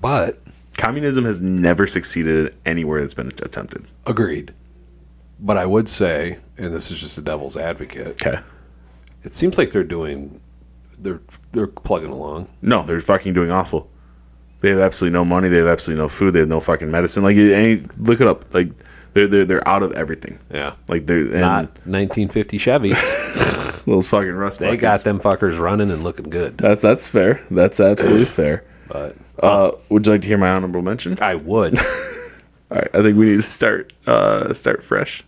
S2: But
S3: Communism has never succeeded anywhere that's been attempted.
S2: agreed. But I would say, and this is just a devil's advocate,
S3: Okay.
S2: it seems like they're doing, they're they're plugging along.
S3: No, they're fucking doing awful. They have absolutely no money. They have absolutely no food. They have no fucking medicine. Like, you- any, look it up. Like, they're they're they're out of everything.
S2: Yeah.
S3: Like they're and
S2: Not 1950 Chevy.
S3: those fucking rust.
S2: They got them fuckers running and looking good.
S3: that's that's fair. That's absolutely fair.
S2: But
S3: Uh, would you like to hear my honorable mention?
S2: I would.
S3: All right, I think we need to start uh, start fresh,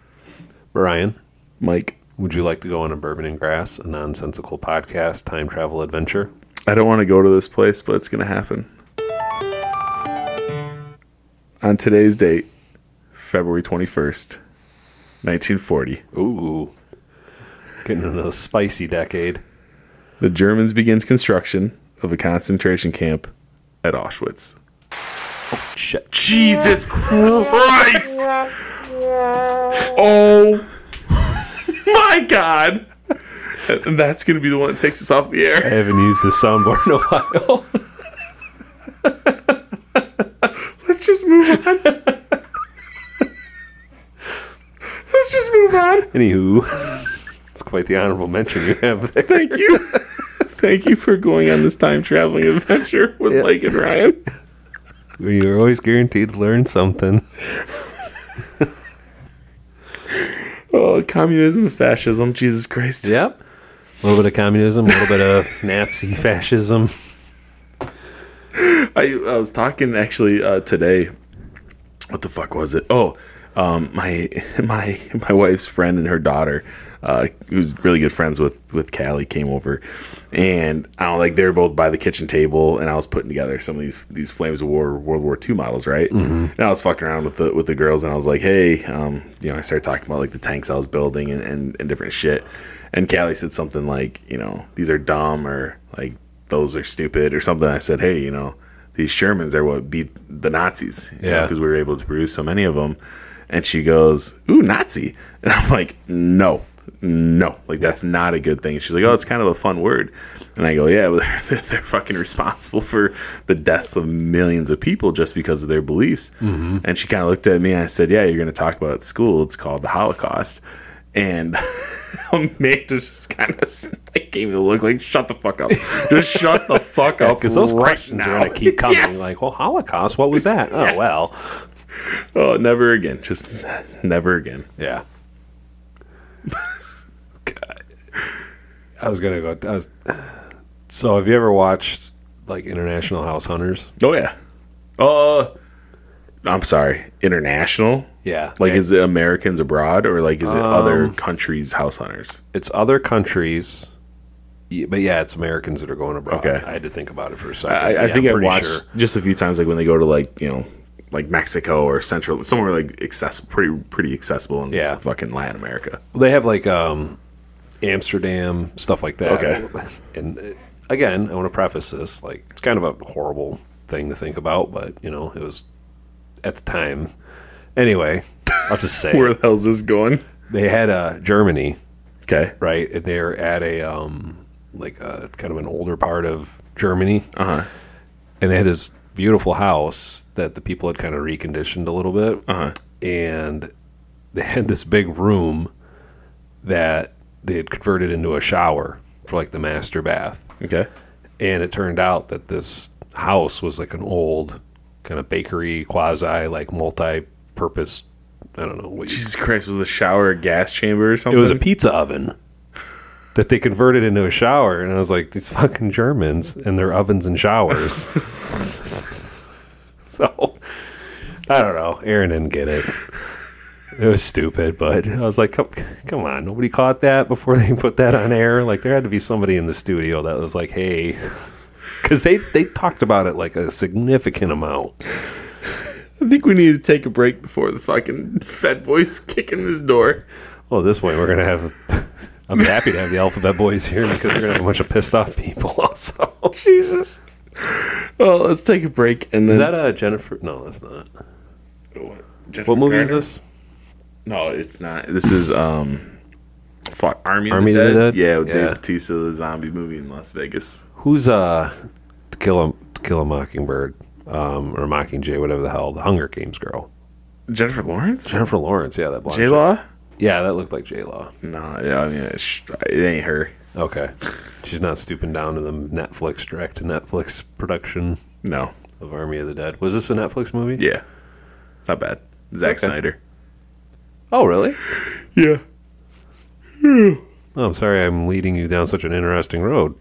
S2: Brian,
S3: Mike.
S2: Would you like to go on a bourbon and grass, a nonsensical podcast, time travel adventure?
S3: I don't want to go to this place, but it's gonna happen. On today's date, February twenty first, nineteen forty,
S2: Ooh, getting into a spicy decade.
S3: the Germans begin construction of a concentration camp at Auschwitz.
S2: Shit.
S3: Jesus Christ! Oh my God! And that's gonna be the one that takes us off the
S2: I
S3: air.
S2: haven't used the soundboard in a while.
S3: Let's just move on. Let's just move on.
S2: Anywho, it's quite the honorable mention you have there.
S3: Thank you. Thank you for going on this time traveling adventure with Mike and Ryan.
S2: You're always guaranteed to learn something.
S3: Oh, communism and fascism. Jesus Christ.
S2: Yep. A little bit of communism, a little bit of Nazi fascism.
S3: I, I was talking actually uh, today. What the fuck was it? Oh, um, my my my wife's friend and her daughter, uh, who's really good friends with with Callie, came over, and I don't know, like they were both by the kitchen table, and I was putting together some of these these Flames of War World War II models, right? And I was fucking around with the with the girls, and I was like, hey, um, you know, I started talking about like the tanks I was building and and, and different shit, and Callie said something like, you know, these are dumb or like those are stupid or something. I said, hey, you know, these Shermans are what beat the Nazis. you know,
S2: Yeah.
S3: Because we were able to produce so many of them. And she goes, ooh, Nazi. And I'm like, no, no. Like, that's not a good thing. She's like, oh, it's kind of a fun word. And I go, yeah, well, they're, they're fucking responsible for the deaths of millions of people just because of their beliefs.
S2: Mm-hmm.
S3: And she kind of looked at me and I said, yeah, you're going to talk about it at school. It's called the Holocaust. And Amanda just kind of like gave me the look like, shut the fuck up. Just shut the fuck up.
S2: Because those
S3: right
S2: questions are
S3: now."
S2: going to keep coming.
S3: Yes.
S2: Like, well, Holocaust, what was that? Oh,
S3: Yes.
S2: well.
S3: Oh, never again. Just never again.
S2: Yeah. I was going to go. I was, so, have you ever watched like International House Hunters?
S3: Oh yeah. Uh I'm sorry. International?
S2: Yeah.
S3: Like is it Americans abroad or like is it other countries house hunters?
S2: it's other countries, y- but yeah, it's Americans that are going abroad.
S3: Okay.
S2: I had to think about it for a
S3: I,
S2: second.
S3: I
S2: Yeah, I'm
S3: think I've
S2: pretty
S3: watched
S2: sure.
S3: just a few times like when they go to like, you know, like Mexico or Central somewhere like accessible pretty pretty accessible in
S2: Yeah.
S3: fucking Latin America.
S2: They have like um, Amsterdam stuff like that.
S3: Okay.
S2: and uh, again, I want to preface this like it's kind of a horrible thing to think about, but you know, it was at the time. Anyway, I'll just say
S3: Where
S2: it.
S3: the hell's this going?
S2: they had uh, Germany
S3: Okay.
S2: right? And they're at a um, like a kind of an older part of Germany,
S3: Uh-huh.
S2: and they had this beautiful house that the people had kind of reconditioned a little bit,
S3: Uh-huh.
S2: and they had this big room that they had converted into a shower for like the master bath,
S3: Okay.
S2: and it turned out that this house was like an old kind of bakery quasi like multi-purpose. I don't know what you
S3: Jesus Christ, was the shower a gas chamber or
S2: it
S3: something?
S2: was a pizza oven that they converted into a shower and i was like these fucking germans and their ovens and showers so i don't know aaron didn't get it it was stupid but i was like come, come on nobody caught that before they put that on air like there had to be somebody in the studio that was like hey because they, they talked about it like a significant amount
S3: I think we need to take a break before the fucking fat boys kick in this door.
S2: Well, at this point, we're going to have. I'm happy to have the Alphabet Boys here because we're going to have a bunch of pissed off people also.
S3: Jesus. Well, let's take a break and then.
S2: Is that a Jennifer? No, that's not.
S3: Jennifer
S2: What movie is
S3: Garner?
S2: this?
S3: No, it's not. This is um, fuck, Army,
S2: Army
S3: of the Dead. Yeah, with
S2: Yeah.
S3: Dave Bautista, the zombie movie in Las Vegas.
S2: Who's uh, to kill a to kill a mockingbird, um, or mockingjay, whatever the hell, the Hunger Games girl,
S3: Jennifer Lawrence,
S2: Jennifer Lawrence. Yeah, that blonde.
S3: J Law.
S2: chick. Yeah, that looked like J Law.
S3: No, yeah, I mean, it's- it ain't her.
S2: Okay, she's not stooping down to the Netflix direct to Netflix production
S3: No,
S2: of Army of the Dead. Was this a Netflix movie?
S3: yeah, not bad. Zack
S2: Okay.
S3: Snyder.
S2: Oh, really?
S3: Yeah.
S2: Oh, I'm sorry, I'm leading you down such an interesting road.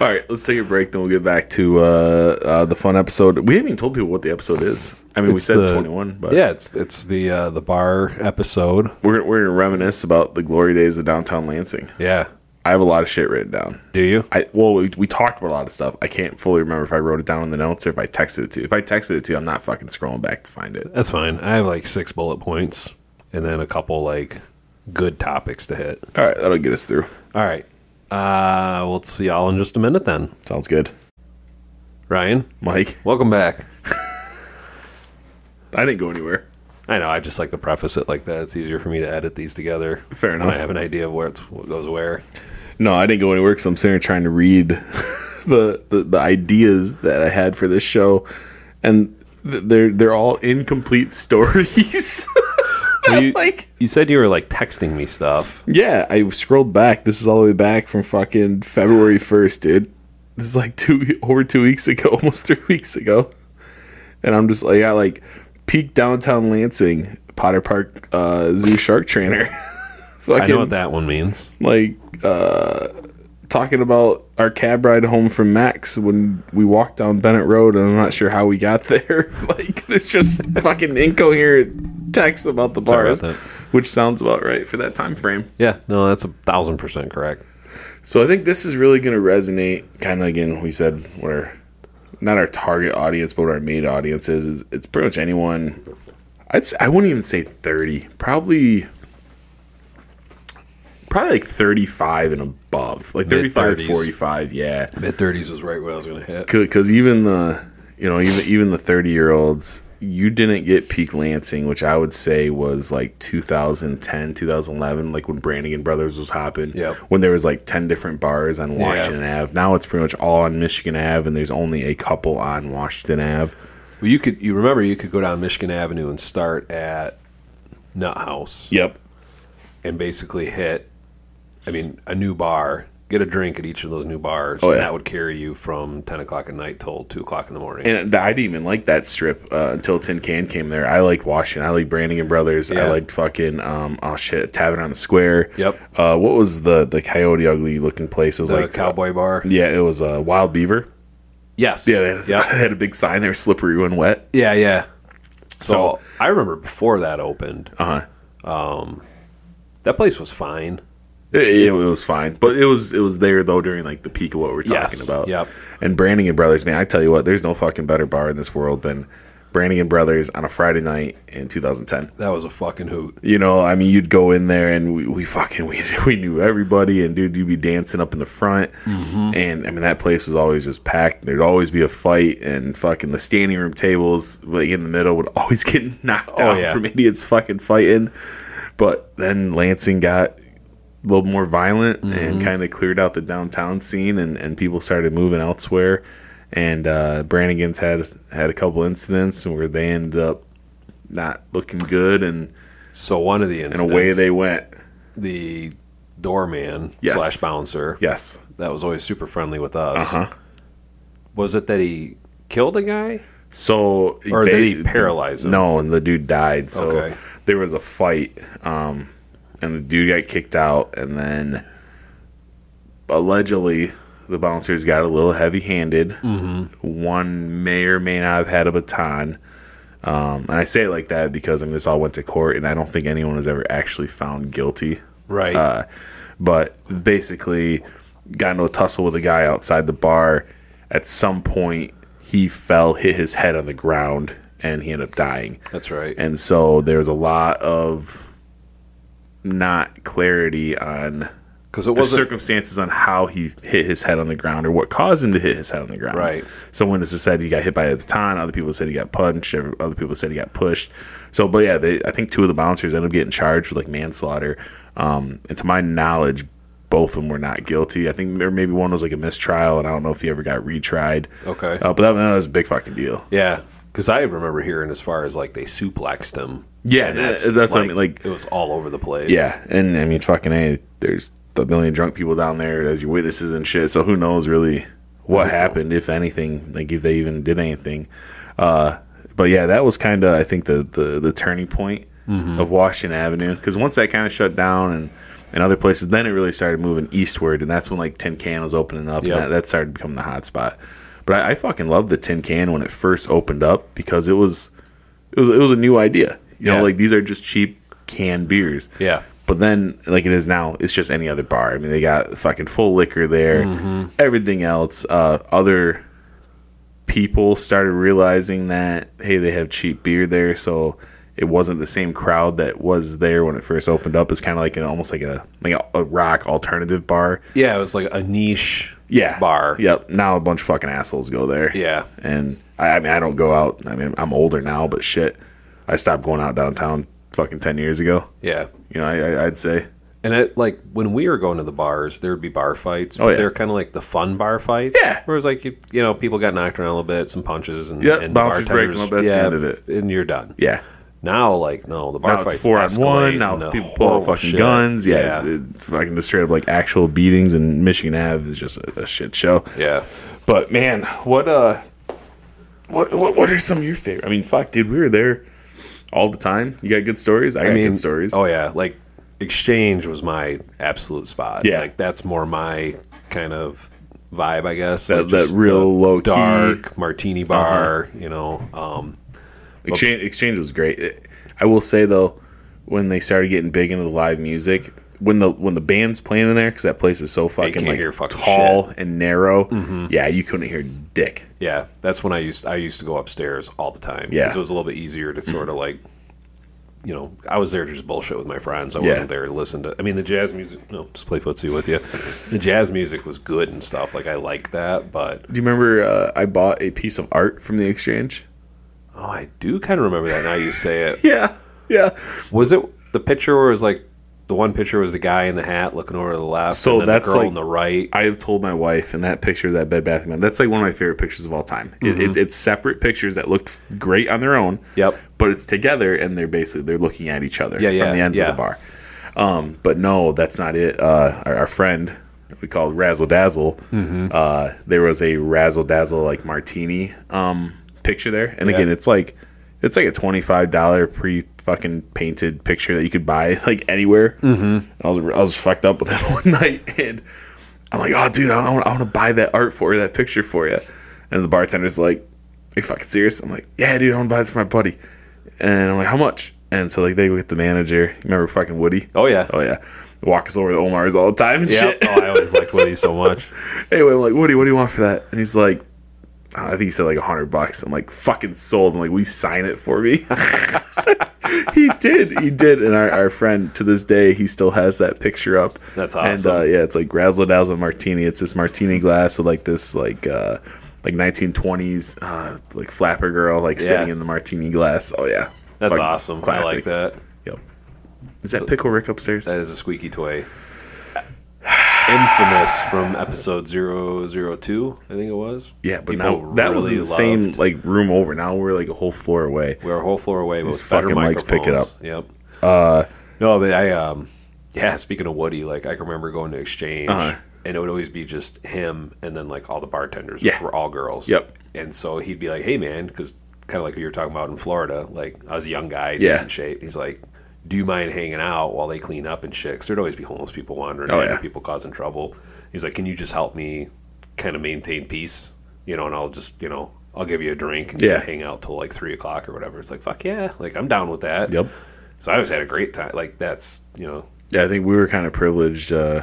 S3: All right, let's take a break. Then we'll get back to uh, uh, the fun episode. We haven't even told people what the episode is. I mean, we
S2: It's
S3: said
S2: the-
S3: twenty one, but
S2: Yeah, it's it's the uh, the bar episode.
S3: we're we're gonna reminisce about the glory days of downtown Lansing.
S2: Yeah.
S3: I have a lot of shit written down.
S2: Do you?
S3: I well, we, we talked about a lot of stuff. I can't fully remember if I wrote it down in the notes or if I texted it to you. If I texted it to you, I'm not fucking scrolling back to find it.
S2: That's fine. I have like six bullet points and then a couple like good topics to hit.
S3: All right, that'll get us through.
S2: All right. Uh, we'll see y'all in just a minute then.
S3: Sounds good,
S2: Ryan,
S3: Mike.
S2: welcome back.
S3: I didn't go anywhere.
S2: I know. I just like to preface it like that. It's easier for me to edit these together.
S3: Fair
S2: when
S3: enough.
S2: I have an idea of where it's what goes where.
S3: No, I didn't go anywhere because I'm sitting here trying to read the, the the ideas that I had for this show, and th- they're they're all incomplete stories.
S2: Well, you,
S3: like,
S2: you said you were like texting me stuff.
S3: yeah, I scrolled back. This is all the way back from fucking February first, dude. This is like two over two weeks ago, almost three weeks ago. and I'm just like, I like peak downtown Lansing, Potter Park uh, Zoo Shark Trainer.
S2: I
S3: Fucking
S2: know what that one means.
S3: like uh, talking about our cab ride home from Max when we walked down Bennett Road, and I'm not sure how we got there. like, it's just fucking incoherent texts about the
S2: Sorry
S3: bars,
S2: about that.
S3: which sounds about right for that time frame.
S2: Yeah, no, that's a thousand percent correct.
S3: So I think this is really going to resonate. Kind of again, we said where not our target audience, but what our main audience is. is it's pretty much anyone. I'd say, I wouldn't even say thirty. Probably. Probably like 35 and above. Like 35,
S2: 30s.
S3: 45, yeah.
S2: Mid thirties was right where I was gonna hit.
S3: because even the you know even even the 30 year olds you didn't get peak lansing which i would say was like 2010 2011 like when brannigan brothers was hopping
S2: Yep.
S3: when there was like 10 different bars on washington ave now it's pretty much all on michigan ave and there's only a couple on washington ave
S2: Well, you could you remember you could go down Michigan Avenue and start at Nut House
S3: yep
S2: and basically hit, I mean, a new bar, get a drink at each of those new bars,
S3: Oh,
S2: and
S3: yeah.
S2: that would carry you from ten o'clock at night till two o'clock in the morning.
S3: and th- i didn't even like that strip uh, until tin can came there i liked washington i liked brannigan brothers i
S2: Yeah.
S3: liked fucking um oh shit tavern on the square
S2: Yep.
S3: uh what was the the coyote ugly looking place it was
S2: the
S3: like uh,
S2: Cowboy Bar,
S3: Yeah, it was uh, Wild Beaver.
S2: yes,
S3: Yeah, they had, a,
S2: Yep.
S3: they had a big sign there, slippery when wet.
S2: yeah, yeah. So,
S3: So-
S2: I remember before that opened,
S3: Uh huh.
S2: that place was fine.
S3: It, it was fine, but it was it was there though during like the peak of what we're talking
S2: Yes,
S3: about.
S2: yep.
S3: And Brannigan Brothers, man, I tell you what, there's no fucking better bar in this world than Brannigan Brothers on a Friday night in 2010.
S2: That was a fucking hoot.
S3: You know, I mean, you'd go in there and we, we fucking we, we knew everybody, and dude, you'd be dancing up in the front,
S2: Mm-hmm.
S3: and I mean that place was always just packed. There'd always be a fight, and fucking the standing room tables like in the middle would always get knocked
S2: Oh,
S3: out
S2: yeah.
S3: from idiots fucking fighting. But then Lansing got a little more violent
S2: Mm-hmm.
S3: and kind of cleared out the downtown scene, and and people started moving elsewhere. And uh, Brannigan's had had a couple incidents where they ended up not looking good and
S2: So one of the
S3: and
S2: incidents,
S3: away they went.
S2: the doorman
S3: Yes.
S2: slash bouncer
S3: Yes.
S2: that was always super friendly with us.
S3: Uh-huh.
S2: Was it that he killed a guy?
S3: So
S2: Or
S3: they-
S2: did he paralyze him?
S3: No, and the dude died. So
S2: Okay.
S3: there was a fight, um, and the dude got kicked out, and then allegedly the bouncers got a little heavy-handed.
S2: Mm-hmm.
S3: One may or may not have had a baton. Um, and I say it like that because I mean this all went to court, and I don't think anyone was ever actually found guilty.
S2: Right.
S3: uh, but basically got into a tussle with a guy outside the bar. At some point, he fell, hit his head on the ground, and he ended up dying.
S2: That's right.
S3: And so there's a lot of not clarity on
S2: Because it
S3: the
S2: wasn't
S3: circumstances on how he hit his head on the ground or what caused him to hit his head on the ground.
S2: Right.
S3: Someone has said he got hit by a baton. Other people said he got punched. every- Other people said he got pushed. So, but yeah, they, I think two of the bouncers ended up getting charged with like manslaughter. Um, and to my knowledge, both of them were not guilty. I think or maybe one was like a mistrial, and I don't know if he ever got retried.
S2: okay.
S3: Uh, but that, that was a big fucking deal.
S2: yeah. Because I remember hearing as far as like they suplexed him.
S3: Yeah, that's, that's what I mean. Like,
S2: it was all over the place.
S3: Yeah, and I mean, fucking a. There's a million drunk people down there as your witnesses and shit. So who knows really what happened, if anything, like if they even did anything. Uh, but yeah, that was kind of I think the the the turning point
S2: Mm-hmm.
S3: of Washington Avenue because once that kind of shut down and. And other places, then it really started moving eastward, and that's when like Tin Can was opening up,
S2: Yep.
S3: and that, that started becoming the hot spot. But I, I fucking loved the Tin Can when it first opened up because it was, it was it was a new idea. You
S2: Yeah.
S3: know, like these are just cheap canned beers.
S2: Yeah.
S3: But then, like it is now, it's just any other bar. I mean, they got fucking full liquor there,
S2: Mm-hmm.
S3: everything else. Uh, other people started realizing that, hey, they have cheap beer there. So it wasn't the same crowd that was there when it first opened up. It's kind of like an almost like a like a, a rock alternative bar.
S2: Yeah. It was like a niche
S3: Yeah.
S2: bar.
S3: Yep. Now a bunch of fucking assholes go there.
S2: Yeah.
S3: And I, I mean, I don't go out. I mean, I'm older now, but shit. I stopped going out downtown fucking 10 years ago.
S2: Yeah.
S3: You know, I, I, I'd say.
S2: And it like when we were going to the bars, there would be bar fights. But
S3: Oh, yeah.
S2: They're kind of like the fun bar fights.
S3: Yeah.
S2: Where it was like you, you know people got knocked around a little bit, some punches, and,
S3: Yep,
S2: and
S3: bouncers break them up, that's the
S2: yeah,
S3: end of it.
S2: and you're done.
S3: Yeah.
S2: Now like no, the bar
S3: Now
S2: fights
S3: it's four on
S2: escalate
S3: one. Now
S2: into
S3: people pull out
S2: horrible
S3: fucking
S2: shit.
S3: guns. Yeah,
S2: yeah,
S3: it- fucking just straight up like actual beatings. And Michigan Ave is just a, a shit show.
S2: yeah.
S3: But man, what uh, what, what what are some of your favorite? I mean, fuck, dude, we were there all the time. You got good stories. I got
S2: I mean,
S3: good stories.
S2: Oh yeah, like exchange was my absolute spot.
S3: Yeah.
S2: like that's more my kind of vibe, I guess.
S3: That-
S2: Like, just
S3: that real
S2: the
S3: low-key- Uh-huh.
S2: dark martini bar. You know, um,
S3: Exchange, exchange was great. It- I will say though, when they started getting big into the live music, when the when the band's playing in there, because that place is so fucking
S2: can't
S3: like
S2: hear fucking Mm-hmm.
S3: tall and narrow. Yeah, you couldn't hear dick.
S2: yeah, that's when I used I used to go upstairs all the time.
S3: Yeah.
S2: 'cause it was a little bit easier to sort of like. You know, I was there to just bullshit with my friends. I
S3: Yeah.
S2: wasn't there to listen to. I mean, the jazz music. No, just play footsie with you. The jazz music was good and stuff. Like I like that, but
S3: Do you remember uh, I bought a piece of art from the exchange?
S2: oh, I do kind of remember that now. You say it.
S3: Yeah, yeah.
S2: Was it the picture where it was like the one picture was the guy in the hat looking over to the left,
S3: So
S2: and then
S3: that's
S2: the girl
S3: like-
S2: on the right?
S3: I have told my wife, and that picture of that Bed Bath and Beyond, that's like one of my favorite pictures of all time. It, it, it's separate pictures that looked f- great on their own.
S2: Yep.
S3: But it's together, and they're basically they're looking at each other
S2: Yeah,
S3: from
S2: yeah,
S3: the ends
S2: yeah.
S3: of the bar. Um, but no, that's not it. Uh, our, our friend we called Razzle Dazzle.
S2: Mm-hmm.
S3: Uh, there was a Razzle Dazzle like martini um, picture there, and again, it's like it's like a twenty five dollar pre fucking painted picture that you could buy like anywhere. Mm-hmm. I was I was fucked up with that one night, and I'm like, oh, dude, I want, I want to buy that art for you, that picture for you. And the bartender's like, are you fucking serious? I'm like, yeah, dude, I want to buy this for my buddy. And I'm like, how much? And so like they go get the manager. Remember fucking Woody?
S2: oh yeah,
S3: Oh yeah, walk us over to Omar's all the time and
S2: yeah.
S3: shit.
S2: Oh, I always liked Woody so much.
S3: anyway, I'm like, Woody, what do you want for that? And he's like, I don't know, I think he said like a hundred bucks. I'm like, fucking sold. I'm like, will you sign it for me? So, he did, he did. And our, our friend to this day, he still has that picture up.
S2: That's awesome.
S3: And uh, yeah, it's like Razzle Dazzle Martini. It's this martini glass with like this like uh like 1920s uh like flapper girl like sitting in the martini glass. Oh yeah,
S2: That's
S3: Fucking
S2: awesome. I like that.
S3: Yep. Is that pickle Rick upstairs?
S2: That is a squeaky toy. Infamous from episode 002, I think it was.
S3: Yeah, but
S2: People
S3: now that was in the
S2: really
S3: same
S2: loved-
S3: like room over. Now we're like a whole floor away.
S2: We were a whole floor away, but with
S3: fucking
S2: fucking
S3: mics
S2: mics
S3: pick it up.
S2: Yep. Uh, no, but I um, yeah. Speaking of Woody, like I can remember going to exchange,
S3: Uh-huh.
S2: and it would always be just him, and then like all the bartenders,
S3: Yeah.
S2: which were all girls.
S3: Yep.
S2: And so he'd be like, "Hey, man," because kind of like what you were talking about in Florida. Like I was a young guy,
S3: Yeah.
S2: decent shape. He's like. Do you mind hanging out while they clean up and shit? 'Cause there'd always be homeless people wandering,
S3: Oh,
S2: in,
S3: yeah.
S2: people causing trouble. He's like, "Can you just help me, kind of maintain peace, you know?" And I'll just, you know, I'll give you a drink and
S3: Yeah.
S2: hang hang out till like three o'clock or whatever. It's like fuck yeah, like I'm down with that.
S3: Yep.
S2: So I always had a great time. Like that's you know
S3: Yeah, I think we were kind of privileged uh,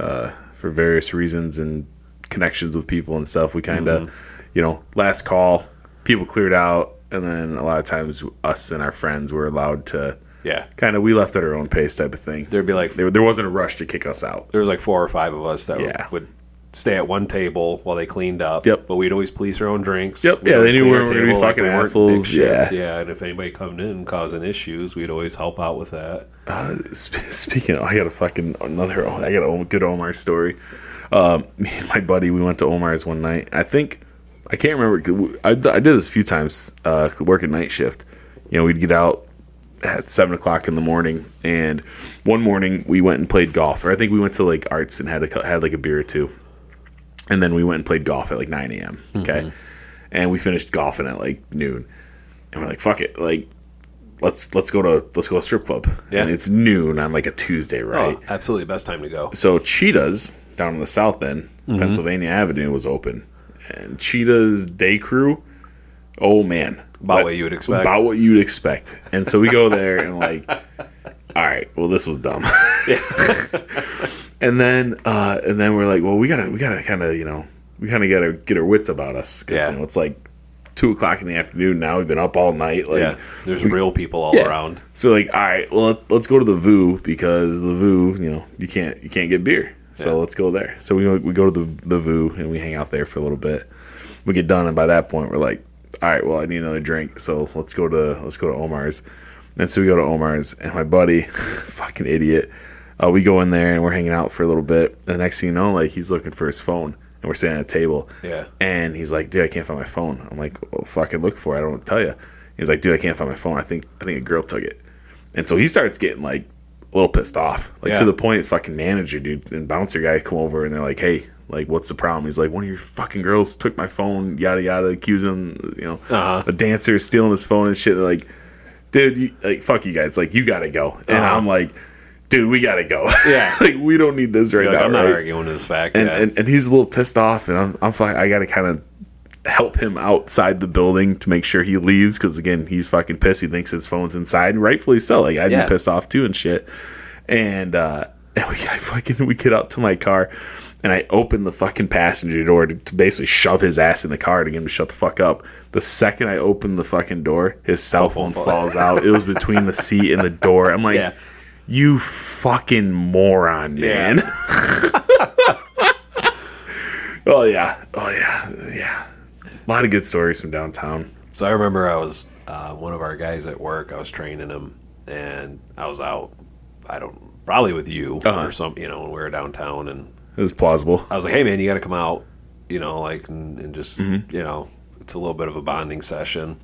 S3: uh, for various reasons and connections with people and stuff. We kind of, you know, last call, people cleared out, and then a lot of times us and our friends were allowed to
S2: yeah.
S3: kind of we left at our own pace type of thing. There,
S2: There'd be like there
S3: there, there wasn't a rush to kick us out.
S2: was like four or five of us that
S3: Yeah.
S2: would, would stay at one table while they cleaned up.
S3: Yep.
S2: But we'd always police our own drinks.
S3: Yep.
S2: We'd
S3: Yeah, they
S2: always
S3: knew
S2: clean
S3: we
S2: our
S3: weren't gonna be
S2: table like
S3: fucking
S2: we weren't big
S3: assholes.
S2: shits.
S3: Yeah.
S2: Yeah. And if anybody coming in causing issues, we'd always help out with that.
S3: Uh, Sp- Speaking, of, I got a fucking another. I got a good Omar story. Um, me and my buddy, we went to Omar's one night. I think I can't remember. I, I did this a few times. Uh, working night shift. You know, we'd get out at seven o'clock in the morning, and one morning we went and played golf. Or I think we went to like Arts and had a cou- had like a beer or two, and then we went and played golf at like nine a.m. Okay,
S2: Mm-hmm.
S3: and we finished golfing at like noon, and we're like, fuck it, like. Let's let's go to let's go to a strip club.
S2: Yeah.
S3: And it's noon on like a Tuesday, right?
S2: Oh, absolutely best time to go.
S3: so Cheetah's down in the south end, Pennsylvania Avenue was open, and Cheetah's day crew. Oh man,
S2: About what you would expect.
S3: About what you'd expect. And so we go there and like, all right, well this was dumb. and then uh, and then we're like, well we gotta we gotta kind of you know we kind of gotta get our wits about us because
S2: Yeah.
S3: you know it's like two o'clock in the afternoon now we've been up all night like.
S2: yeah. There's real people all
S3: Yeah.
S2: around.
S3: So we're like, all right, well let's go to the VU because the VU, you know, you can't you can't get beer. So
S2: Yeah.
S3: let's go there. So we we go to the the VU and we hang out there for a little bit. We get done and by that point we're like, all right, well I need another drink. So let's go to let's go to Omar's. And so we go to Omar's and my buddy, fucking idiot. Uh, we go in there and we're hanging out for a little bit. And the next thing you know, like he's looking for his phone and we're sitting at a table.
S2: Yeah.
S3: And he's like, dude, I can't find my phone. I'm like, well, fucking look for it. I don't want to tell you. He's like, dude, I can't find my phone. I think I think a girl took it. And so he starts getting like a little pissed off, like
S2: Yeah.
S3: to the point, fucking manager, dude, and bouncer guy come over and they're like, hey, like, what's the problem? He's like, one of your fucking girls took my phone, yada yada, accusing him, you know,
S2: Uh-huh.
S3: a dancer stealing his phone and shit. They're like, dude, you, like, fuck you guys, like, you gotta go. And
S2: Uh-huh.
S3: I'm like. dude, we gotta go.
S2: Yeah.
S3: like we don't need this right
S2: Like,
S3: now.
S2: I'm not
S3: right?
S2: arguing this fact.
S3: and,
S2: yeah.
S3: and and he's a little pissed off, and I'm I'm fucking, I gotta kind of help him outside the building to make sure he leaves because again he's fucking pissed. He thinks his phone's inside, and rightfully so. Like I'd
S2: Yeah.
S3: be pissed off too and shit. And uh, and we I fucking we get out to my car, and I open the fucking passenger door to, to basically shove his ass in the car to get him to shut the fuck up. The second I open the fucking door, his cell phone
S2: phone
S3: falls out. It was between the seat and the door. I'm like.
S2: Yeah.
S3: You fucking moron, man. Oh yeah, oh yeah, yeah. A lot of good stories from downtown.
S2: So I remember I was uh, one of our guys at work. I was training him, and I was out. I don't probably with you
S3: Uh-huh.
S2: or some, you know, when we were downtown, and
S3: It was plausible.
S2: I was like, "Hey, man, you got to come out," you know, like, and, and just you know, it's a little bit of a bonding session.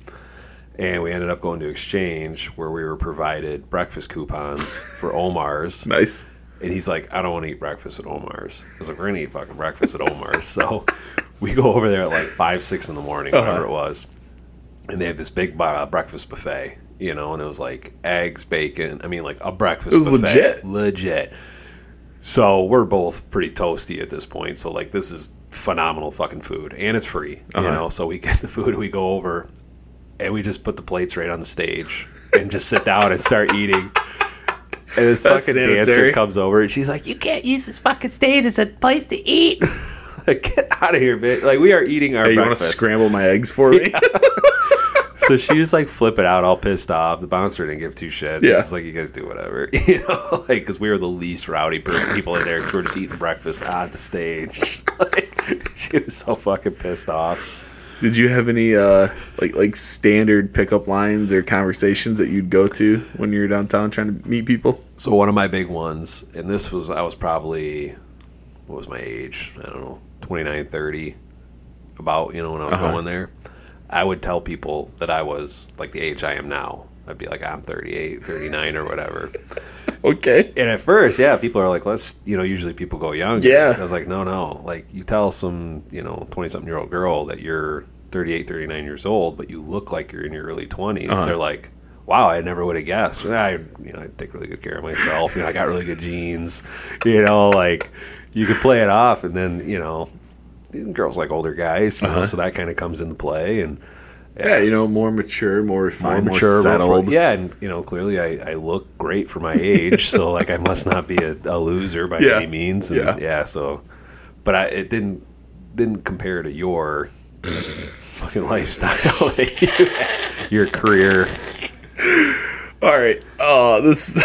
S2: And we ended up going to exchange where we were provided breakfast coupons for Omar's.
S3: Nice.
S2: And he's like, I don't want to eat breakfast at Omar's. I was like, we're gonna eat fucking breakfast at Omar's. So we go over there at like five, six in the morning,
S3: Uh-huh.
S2: whatever it was, and they have this big uh, breakfast buffet, you know, and it was like eggs, bacon. I mean, like a breakfast.
S3: It was
S2: buffet.
S3: legit.
S2: legit. So we're both pretty toasty at this point. So like, this is phenomenal fucking food, and it's free,
S3: Uh-huh.
S2: you know. So we get the food, we go over, and we just put the plates right on the stage and just sit down and start eating. And this
S3: That's
S2: fucking dancer
S3: sanitary.
S2: comes over and she's like, "You can't use this fucking stage as a place to eat. like, get out of here, bitch! Like, we are eating our
S3: Hey, you want to
S2: breakfast."
S3: scramble my eggs for me?
S2: so she's like flipping out, all pissed off. The bouncer didn't give two shits.
S3: Yeah.
S2: Yeah. She's like, "You guys do whatever," you know, like because we were the least rowdy per- people in there. 'cause We were just eating breakfast on the stage. like, she was so fucking pissed off.
S3: Did you have any uh, like like standard pickup lines or conversations that you'd go to when you were downtown trying to meet people?
S2: So one of my big ones, and this was I was probably what was my age? I don't know, 29, 30, about, you know, when I was going there. I would tell people that I was like the age I am now. I'd be like, I'm 38, 39 or whatever.
S3: Okay.
S2: And at first, yeah, people are like, let's, you know, usually people go young.
S3: Yeah.
S2: I was like, no, no. Like, you tell some, you know, 20 something year old girl that you're 38, 39 years old, but you look like you're in your early 20s. They're like, wow, I never would have guessed. I, you know, I take really good care of myself. You know, I got really good genes. You know, like, you could play it off. And then, you know, girls like older guys, you know, so that kind of comes into play. And,
S3: Yeah, you know, more mature, more refined, more,
S2: mature, more fr-
S3: settled.
S2: yeah, and you know, clearly I, I look great for my age, so like I must not be a, a loser by
S3: Yeah.
S2: any means. And
S3: Yeah.
S2: yeah. so but I it didn't didn't compare to your fucking lifestyle, that you had, your career.
S3: All right. Oh, this.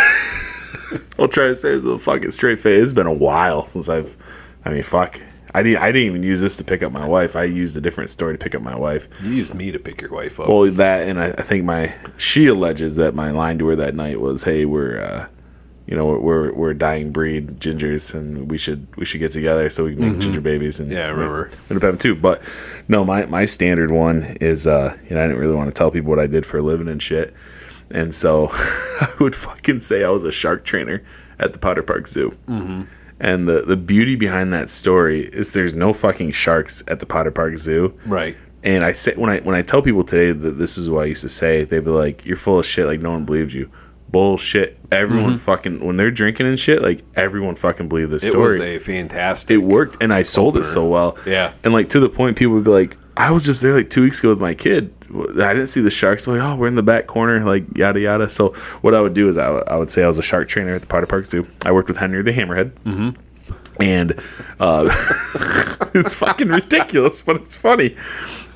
S3: I'll try to say this with a fucking straight face. It's been a while since I've. I mean, fuck. I didn't. I didn't even use this to pick up my wife. I used a different story to pick up my wife.
S2: You used me to pick your wife up.
S3: Well, that and I, I think my she alleges that my line to her that night was, "Hey, we're, uh, you know, we're, we're we're a dying breed, gingers, and we should we should get together so we can make ginger babies." And
S2: Mm-hmm. Yeah, I remember.
S3: We ended up having two, but no, my my standard one is, uh, you know, I didn't really want to tell people what I did for a living and shit, and so I would fucking say I was a shark trainer at the Potter Park Zoo.
S2: Mm-hmm.
S3: And the, the beauty behind that story is there's no fucking sharks at the Potter Park Zoo.
S2: right.
S3: And I say when I when I tell people today that this is what I used to say, they'd be like, "You're full of shit. Like no one believes you." Bullshit. Everyone fucking when they're drinking and shit, like everyone fucking believed this
S2: Mm-hmm. It was
S3: story.
S2: a fantastic
S3: It worked, and I sold it so well.
S2: Yeah.
S3: And like to the point, people would be like, "I was just there like two weeks ago with my kid. I didn't see the sharks. Like, oh, we're in the back corner. Like yada yada." So what I would do is I would- I would say I was a shark trainer at the Potter Park Zoo. I worked with Henry the Hammerhead. Mm-hmm and uh, it's fucking ridiculous, but it's funny.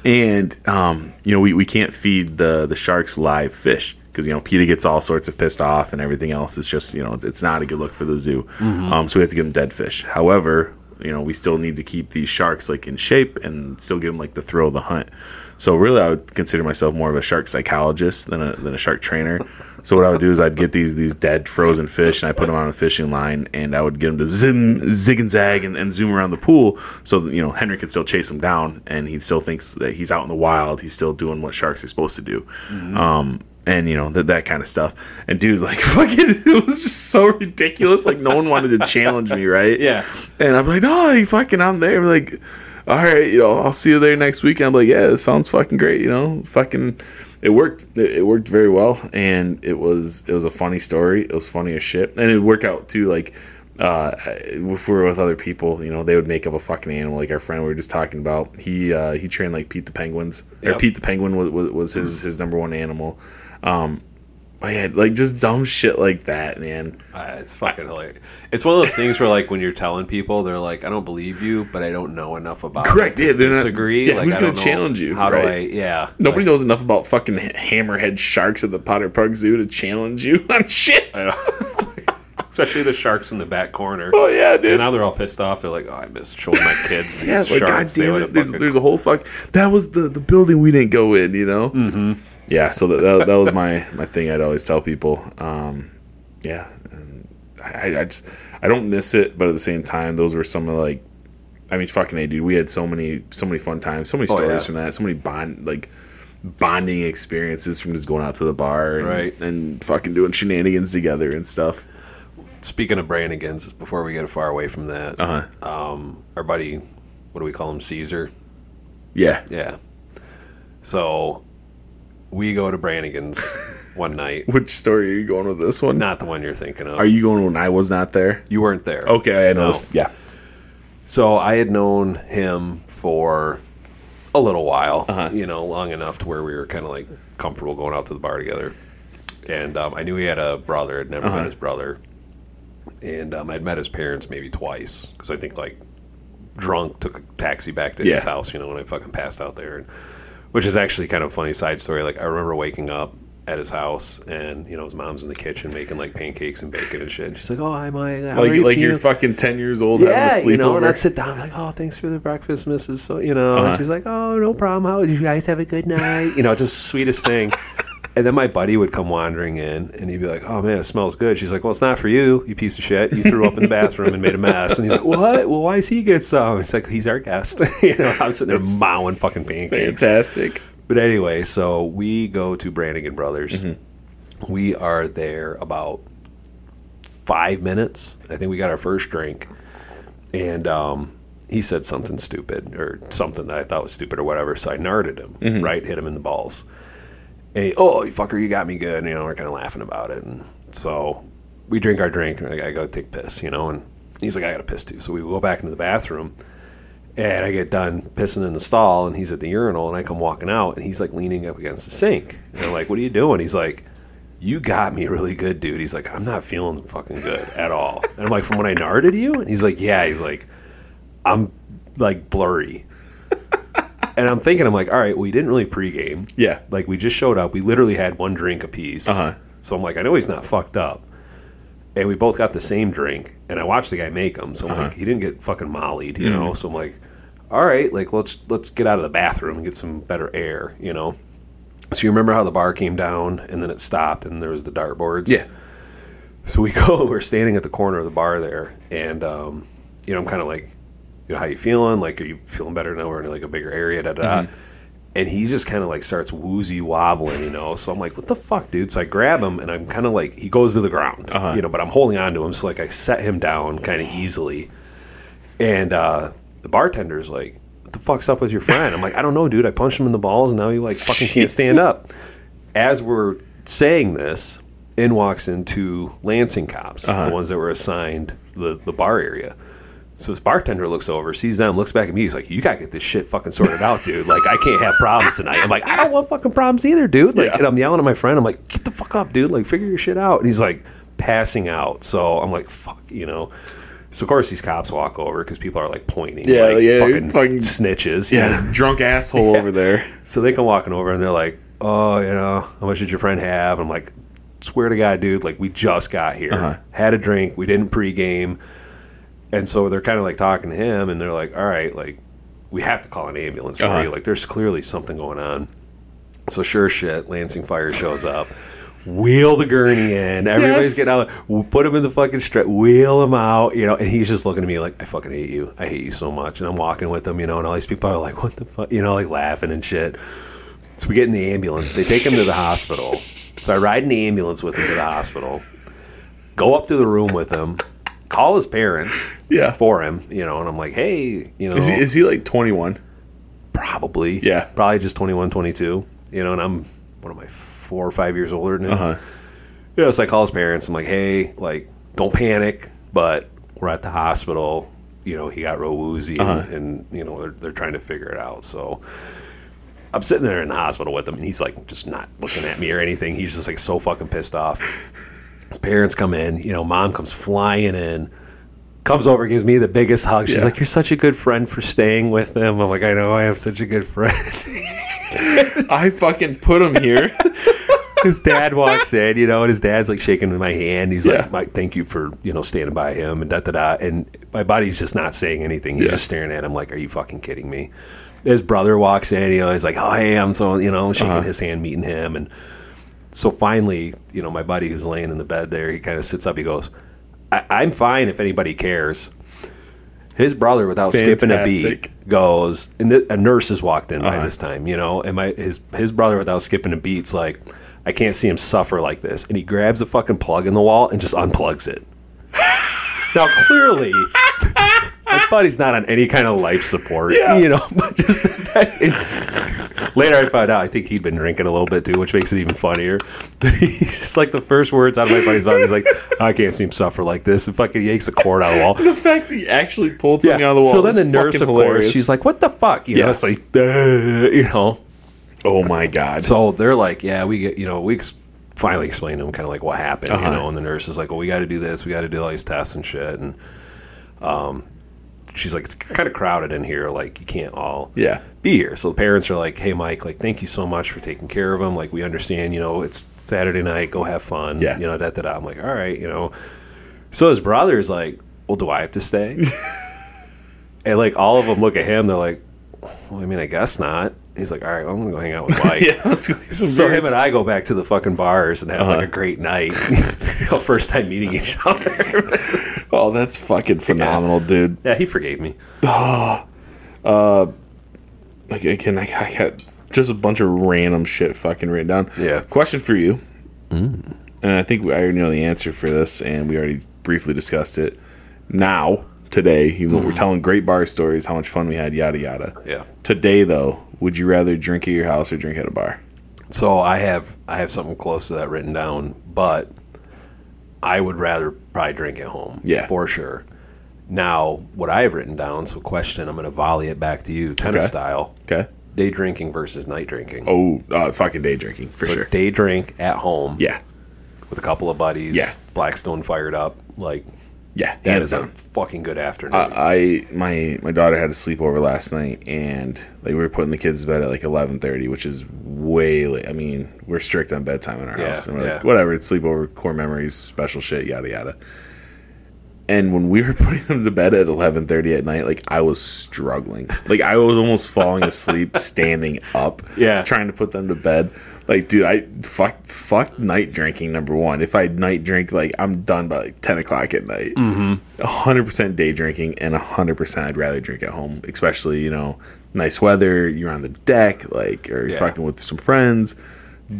S3: And um, you know, we, we can't feed the the sharks live fish because you know Peter gets all sorts of pissed off and everything else. It's just you know it's not a good look for the zoo. Um, so we have to give them dead fish. However, you know we still need to keep these sharks like in shape and still give them like the thrill of the hunt. So really, I would consider myself more of a shark psychologist than a than a shark trainer. So what I would do is I'd get these these dead frozen fish and I put them on a fishing line and I would get them to zim, zig and zag and, and zoom around the pool so that you know Henry can still chase them down and he still thinks that he's out in the wild. He's still doing what sharks are supposed to do. Um, and you know that that kind of stuff. And dude, like fucking, it was just so ridiculous. Like no one wanted to challenge me, right?
S2: Yeah.
S3: And I'm like, no, you fucking, I'm there. like, all right, you know, I'll see you there next week. And I'm like, yeah, this sounds fucking great. You know, fucking, it worked. It, it worked very well, and it was it was a funny story. It was funny as shit, and it worked out too. Like uh, if we were with other people, you know, they would make up a fucking animal. Like our friend we were just talking about, he uh, he trained like Pete the Penguins, or
S2: Yep.
S3: Pete the Penguin was was, was his his number one animal. Um, but yeah, like just dumb shit like that, man.
S2: Uh, it's fucking hilarious. It's one of those things where, like, when you're telling people, they're like, "I don't believe you," but I don't know enough about.
S3: Correct,
S2: It
S3: yeah,
S2: to
S3: they're not-
S2: disagree.
S3: yeah,
S2: like,
S3: who's
S2: I
S3: gonna
S2: don't know.
S3: challenge you,
S2: How
S3: right?
S2: do I? Yeah.
S3: Nobody knows enough about fucking hammerhead sharks at the Potter Park Zoo to challenge you on shit.
S2: Especially the sharks in the back corner.
S3: Oh yeah, dude.
S2: And now they're all pissed off. They're like, "Oh, I missed showing my kids."
S3: Yeah,
S2: these
S3: like god
S2: sharks. They
S3: damn
S2: would've
S3: it! There's,
S2: fucking-
S3: there's a whole fuck. That was the the building we didn't go in, you know. Mm-hmm. Yeah, so that, that that was my my thing. I'd always tell people. Um, yeah, and I, I just I don't miss it, but at the same time, those were some of like, I mean, fucking a dude. We had so many so many fun times, so many
S2: Oh,
S3: stories
S2: yeah.
S3: from that, so many bond like bonding experiences from just going out to the bar, and,
S2: Right.
S3: and fucking doing shenanigans together and stuff.
S2: Speaking of Brannigan's, before we get far away from that,
S3: Uh huh.
S2: um, our buddy, what do we call him, Caesar?
S3: Yeah.
S2: Yeah. So we go to Brannigan's one night.
S3: Which story are you going with this one?
S2: Not the one you're thinking of.
S3: Are you going when I was not there?
S2: You weren't there.
S3: Okay, I know
S2: No.
S3: this. Yeah.
S2: So I had known him for a little while,
S3: Uh-huh.
S2: you know, long enough to where we were kind of like comfortable going out to the bar together. And um, I knew he had a brother. I'd never
S3: Uh-huh.
S2: met his brother, and um, I'd met his parents maybe twice because I think like drunk took a taxi back to
S3: Yeah.
S2: his house. You know, when I fucking passed out there, and, which is actually kind of a funny side story. Like I remember waking up at his house, and you know his mom's in the kitchen making like pancakes and bacon and shit. And she's like, "Oh, hi, Mike. How
S3: like
S2: are you
S3: like you're
S2: feeling?"
S3: fucking ten years old
S2: yeah,
S3: having a sleepover.
S2: you know, and I'd sit down like, oh, thanks for the breakfast, Mrs. So, you know, and
S3: Uh-huh.
S2: she's like, oh, no problem. How did you guys have a good night? You know, just sweetest thing. And then my buddy would come wandering in, and he'd be like, oh man, it smells good. She's like, well, it's not for you, you piece of shit. You threw up in the bathroom and made a mess. And he's like, what? Well, why does he get some? He's like, he's our guest. you know, I'm sitting there mowing fucking pancakes.
S3: Fantastic.
S2: But anyway, so we go to Brannigan Brothers. We are there about five minutes. I think we got our first drink, and um, he said something stupid or something that I thought was stupid or whatever. So I narded him, right, hit him in the balls. And he, oh, you fucker, you got me good. You know, we're kind of laughing about it. And so we drink our drink, and I gotta go take piss, you know. And he's like, I gotta piss too. So we go back into the bathroom. And I get done pissing in the stall, and he's at the urinal, and I come walking out, and he's like leaning up against the sink. And I'm like, "What are you doing?" He's like, "You got me really good, dude." He's like, "I'm not feeling fucking good at all." And I'm like, "From when I narded you?" And he's like, "Yeah." He's like, "I'm like blurry," and I'm thinking, I'm like, "All right, we didn't really pregame.
S3: Yeah.
S2: Like we just showed up. We literally had one drink apiece.
S3: Uh-huh.
S2: So I'm like, I know he's not fucked up. And we both got the same drink. And I watched the guy make them. So I'm
S3: Uh-huh.
S2: like, he didn't get fucking mollied, you
S3: Mm-hmm.
S2: know. So I'm like, all right, like let's let's get out of the bathroom and get some better air, you know. So you remember how the bar came down and then it stopped and there was the dartboards.
S3: Yeah.
S2: So we go. We're standing at the corner of the bar there, and um, you know, I'm kind of like, you know, how you feeling? Like, are you feeling better now? We're in like a bigger area, da da.
S3: Mm-hmm.
S2: da. And he just kind of like starts woozy wobbling, you know. So I'm like, what the fuck, dude? So I grab him, and I'm kind of like, he goes to the ground,
S3: Uh-huh.
S2: you know, but I'm holding on to him. So like, I set him down kind of easily, and uh, the bartender's like, what the fuck's up with your friend? I'm like, I don't know, dude. I punched him in the balls, and now he like fucking can't
S3: Jeez.
S2: stand up as we're saying this, in walks in two Lansing cops,
S3: Uh-huh.
S2: the ones that were assigned the, the bar area. So this bartender looks over, sees them, looks back at me. He's like, "You gotta get this shit fucking sorted out, dude. Like, I can't have problems tonight." I'm like, "I don't want fucking problems either, dude." Like,
S3: Yeah.
S2: and I'm yelling at my friend. I'm like, "Get the fuck up, dude. Like, figure your shit out." And he's like, passing out. So I'm like, "Fuck," you know. So of course these cops walk over because people are like pointing,
S3: Yeah,
S2: like,
S3: yeah,
S2: fucking,
S3: fucking-
S2: snitches,
S3: Yeah, drunk asshole over there.
S2: so they come walking over and they're like, "Oh, you know, how much did your friend have?" I'm like, "Swear to God, dude! Like, we just got here, had a drink, we didn't pregame, and so they're kind of like talking to him, and they're like, "All right, like, we have to call an ambulance for
S3: Uh-huh.
S2: you. Like, there's clearly something going on." So sure, as shit, Lansing Fire shows up. Wheel the gurney in. Everybody's
S3: Yes.
S2: getting out. We'll Put him in the fucking strap. Wheel him out. You know, and he's just looking at me like, I fucking hate you. I hate you so much. And I'm walking with him, you know, and all these people are like, what the fuck? You know, like laughing and shit. So we get in the ambulance. They take him to the hospital. So I ride in the ambulance with him to the hospital. Go up to the room with him. Call his parents
S3: Yeah.
S2: for him, you know, and I'm like, hey, you know,
S3: Is he, is he like 21?
S2: probably,
S3: Yeah.
S2: probably just 21, 22, you know, and I'm what am I, four or five years older than him.
S3: Uh-huh.
S2: Yeah, so I call his parents. I'm like, hey, like, don't panic, but we're at the hospital. You know, he got real woozy, and-
S3: Uh-huh.
S2: and, you know they're, they're trying to figure it out. So I'm sitting there in the hospital with him, and he's like, just not looking at me or anything. He's just like so fucking pissed off. His parents come in. You know, mom comes flying in. Comes over, gives me the biggest hug. She's
S3: Yeah.
S2: like, "You're such a good friend for staying with them." I'm like, "I know, I have such a good friend."
S3: I fucking put him here.
S2: his dad walks in, you know, and his dad's like shaking my hand. He's
S3: Yeah.
S2: like, Mike, thank you for, you know, standing by him and da da da. And my body's just not saying anything. He's
S3: Yeah.
S2: just staring at him like, are you fucking kidding me? His brother walks in, you know, he's like, oh, hey, I'm so, you know, shaking
S3: Uh-huh.
S2: his hand, meeting him. And so finally, you know, my buddy who's laying in the bed there, he kind of sits up. He goes, I- I'm fine if anybody cares. His brother, without skipping a
S3: Fantastic.
S2: beat, goes and th- a nurse has walked in by
S3: Uh-huh.
S2: this time, you know, and my his his brother without skipping a beat's like, I can't see him suffer like this, and he grabs a fucking plug in the wall and just unplugs it. now clearly, my buddy's not on any kind of life support, you know. But just that, it- later, I found out I think he'd been drinking a little bit too, which makes it even funnier. But he's just like the first words out of my buddy's mouth. He's like, I can't see him suffer like this, and fucking yanks a cord out of the wall.
S3: the fact that he actually pulled something out of the wall.
S2: So then the nurse, of course, she's like, "What the fuck?" You know,
S3: Yeah.
S2: it's like, "Uh," you know.
S3: "Oh my god."
S2: So they're like, "Yeah, we get," you know, we ex- finally explain to them kind of like what happened, you
S3: Uh-huh.
S2: know. And the nurse is like, "Well, we got to do this. We got to do all these tests and shit." And um, she's like, "It's kind of crowded in here. Like, you can't all
S3: yeah.
S2: be here. So the parents are like, "Hey, Mike, like, thank you so much for taking care of him. Like, we understand. You know, it's Saturday night. Go have fun.
S3: Yeah.
S2: You know, da da da." I'm like, "All right, you know." So his brother's like, "Well, do I have to stay?" and like all of them look at him. They're like, "Well, I mean, I guess not." He's like, "All right, well, I'm gonna go hang out with Mike."
S3: Yeah. Let's go. get some
S2: So
S3: beers.
S2: him and I go back to the fucking bars and have
S3: Uh-huh.
S2: like a great night. You know, First time meeting each other.
S3: oh, that's fucking phenomenal, dude.
S2: yeah, he forgave me.
S3: Like again, I got, I got just a bunch of random shit fucking written down.
S2: Yeah. Mm.
S3: Question for you. And I think I already know the answer for this, and we already briefly discussed it. Now, today, even
S2: Mm.
S3: though we're telling great bar stories, how much fun we had, yada yada.
S2: Yeah.
S3: Today, though, would you rather drink at your house or drink at a bar?
S2: So I have I have something close to that written down, but I would rather probably drink at home.
S3: Yeah.
S2: For sure. Now, what I have written down, so question, I'm gonna volley it back to you, kind of
S3: Okay.
S2: style.
S3: Okay.
S2: Day drinking versus night drinking.
S3: Oh, uh, fucking day drinking for
S2: so
S3: sure.
S2: day drink at home
S3: Yeah.
S2: with a couple of buddies,
S3: Yeah.
S2: Blackstone fired up, like
S3: Yeah.
S2: that
S3: hands
S2: is
S3: down. Uh,
S2: a fucking good afternoon.
S3: I my my daughter had a sleepover last night, and like we were putting the kids to bed at like eleven thirty, which is way late. I mean, we're strict on bedtime in our
S2: Yeah,
S3: house, and we're like,
S2: yeah.
S3: whatever, it's sleepover, core memories, special shit, yada yada. And when we were putting them to bed at eleven thirty at night, like I was struggling, like I was almost falling asleep, standing up,
S2: Yeah.
S3: trying to put them to bed. Like, dude, I fuck fuck night drinking number one. If I night drink, like I'm done by like ten o'clock at night. Mm-hmm. hundred percent day drinking, and hundred percent I'd rather drink at home, especially you know nice weather. You're on the deck, like or you're
S2: Yeah.
S3: fucking with some friends.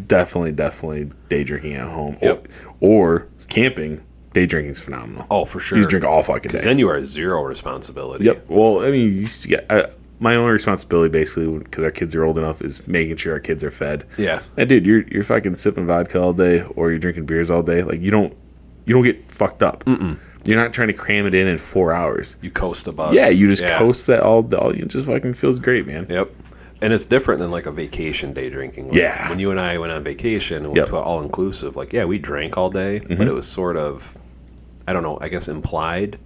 S3: Definitely, definitely day drinking at home
S2: Yep.
S3: or, or camping. Day drinking's phenomenal.
S2: oh, for sure.
S3: You just drink all fucking day.
S2: then you are zero responsibility.
S3: Yep. Well, I mean, you used to get, uh, my only responsibility basically because our kids are old enough is making sure our kids are fed.
S2: Yeah.
S3: And dude, you're you're fucking sipping vodka all day or you're drinking beers all day. Like you don't you don't get fucked up. Mm-mm. You're not trying to cram it in in four hours.
S2: You coast a bus.
S3: Yeah, you just
S2: Yeah.
S3: coast that all. all it just fucking feels great, man.
S2: Yep. And it's different than like a vacation day drinking. Like,
S3: Yeah.
S2: When you and I went on vacation and
S3: Yep. Mm-hmm.
S2: we went all inclusive, like, yeah, we drank all day, but it was sort of, I don't know, I guess implied.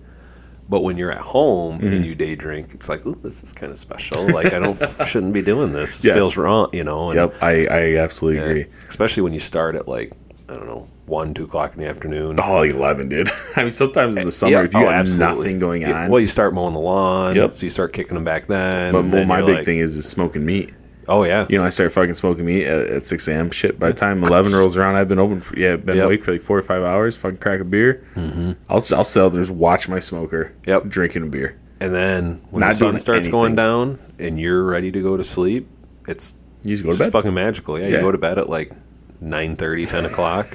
S2: But when you're at home
S3: Mm-hmm.
S2: and you day drink, it's like, ooh, this is kind of special. Like, I don't, shouldn't be doing this. This
S3: Yes.
S2: feels wrong, you know? And,
S3: Yep, I, I absolutely
S2: uh,
S3: agree.
S2: Especially when you start at like, I don't know, one, two o'clock in the afternoon.
S3: Oh, like eleven, dude. I mean, sometimes in the summer,
S2: Yeah,
S3: if you
S2: oh,
S3: got
S2: absolutely.
S3: nothing going on.
S2: Yeah, well, you start mowing the lawn.
S3: Yep.
S2: So you start kicking them back then.
S3: but
S2: and
S3: well,
S2: then
S3: my
S2: you're
S3: big
S2: like,
S3: thing is is smoking meat.
S2: Oh, yeah.
S3: you know, I started fucking smoking meat at, at 6 a.m. Shit, by the time 11 rolls around, I've been open for, yeah, been
S2: Yep.
S3: awake for like four or five hours, fucking crack a beer. Mm-hmm. I'll, I'll sell, just watch my smoker,
S2: Yep.
S3: drinking a beer.
S2: And then when
S3: Not
S2: the sun
S3: doing
S2: starts
S3: anything.
S2: going down and you're ready to go to sleep, it's
S3: You just go to
S2: just
S3: bed.
S2: fucking magical. Yeah,
S3: Yeah.
S2: you go to bed at like 9 10 o'clock.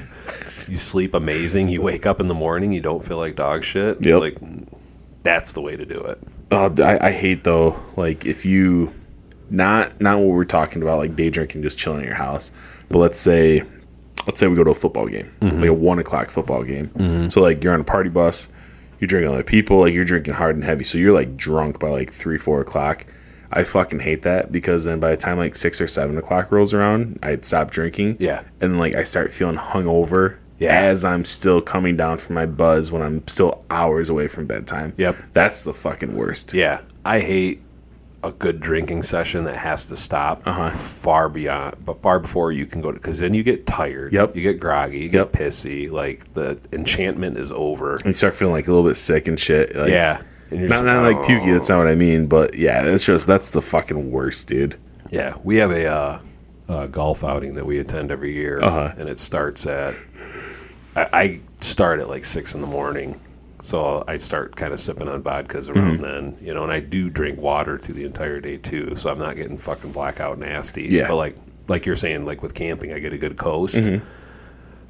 S2: You sleep amazing. You wake up in the morning, you don't feel like dog shit. It's
S3: Yep.
S2: like that's the way to do it.
S3: Uh, I, I hate though, like if you not not what we're talking about, like day drinking, just chilling at your house. But let's say, let's say we go to a football game,
S2: Mm-hmm.
S3: like a one o'clock football game. So like you're on a party bus, you're drinking other people, like you're drinking hard and heavy, so you're like drunk by like three four o'clock. I fucking hate that because then by the time like six or seven o'clock rolls around, I'd stop drinking.
S2: Yeah.
S3: and like I start feeling hungover.
S2: Yeah.
S3: As I'm still coming down from my buzz when I'm still hours away from bedtime.
S2: Yep.
S3: That's the fucking worst.
S2: Yeah, I hate a good drinking session that has to stop
S3: Uh-huh.
S2: far beyond, but far before you can go to, because then you get tired.
S3: Yep.
S2: You get groggy. You get
S3: Yep.
S2: pissy. Like the enchantment is over.
S3: and you start feeling like a little bit sick and shit. Like,
S2: yeah. And you're
S3: Not,
S2: just,
S3: not like
S2: "Oh."
S3: pukey, that's not what I mean, but yeah, that's just that's the fucking worst, dude.
S2: Yeah, we have a, uh, uh golf outing that we attend every year,
S3: Uh-huh.
S2: and it starts at. I, I start at like six in the morning, so I start kind of sipping on vodkas
S3: Mm-hmm.
S2: around then, you know. And I do drink water through the entire day too, so I'm not getting fucking blackout nasty.
S3: Yeah. Mm-hmm.
S2: but like like you're saying, like with camping, I get a good coast.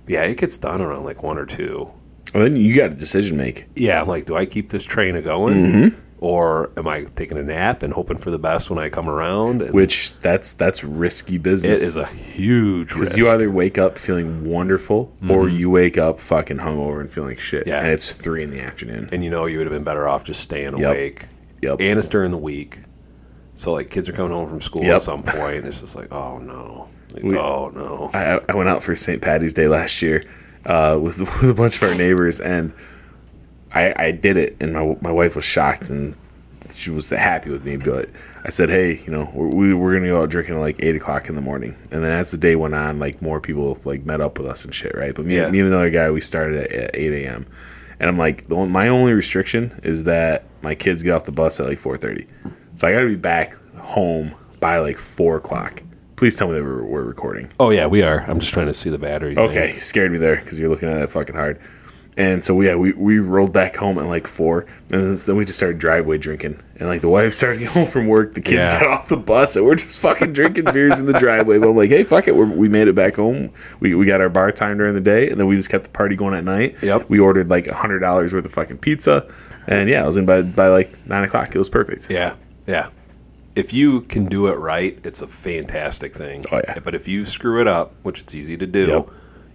S2: Yeah, it gets done around like one or two.
S3: Well, then you got a decision to make.
S2: Yeah, I'm like, do I keep this train a going,
S3: Mm-hmm.
S2: or am I taking a nap and hoping for the best when I come around? And
S3: Which that's that's risky
S2: it
S3: business.
S2: is a huge risk. Mm-hmm.
S3: because you either wake up feeling wonderful or you wake up fucking hungover and feeling like shit.
S2: Yeah.
S3: And it's three in the afternoon.
S2: and you know you would have been better off just staying
S3: Yep.
S2: awake.
S3: Yep.
S2: And it's during the week, so like kids are coming home from school
S3: Yep.
S2: at some point. And it's just like, oh no, Like,
S3: We-
S2: oh no.
S3: I, I went out for St. Patty's Day last year uh, with with a bunch of our neighbors, and I, I did it, and my my wife was shocked, and she was happy with me. But I said, "Hey, you know, we're, we we're gonna go out drinking at like eight o'clock in the morning." And then as the day went on, like more people like met up with us and shit, right? But me,
S2: Yeah.
S3: me and another guy, we started at, at eight a.m. And I'm like, the one, my only restriction is that my kids get off the bus at like four thirty, so I got to be back home by like four o'clock. Please tell me that we're, we're recording.
S2: oh yeah, we are. I'm just trying to see the battery. thing.
S3: Okay, you scared me there because you're looking at that fucking hard. And so yeah, we, we rolled back home at like four, and then we just started driveway drinking. And like the wife started getting home from work, the kids
S2: Yeah.
S3: got off the bus, and we're just fucking drinking beers in the driveway. But I'm like, hey, fuck it, we're, we made it back home. We, we got our bar time during the day, and then we just kept the party going at night.
S2: Yep.
S3: We ordered like hundred dollars worth of fucking pizza, and yeah, I was in bed by like nine o'clock. It was perfect.
S2: Yeah, yeah. If you can do it right, it's a fantastic thing.
S3: Oh, yeah.
S2: But if you screw it up, which it's easy to do,
S3: Yep.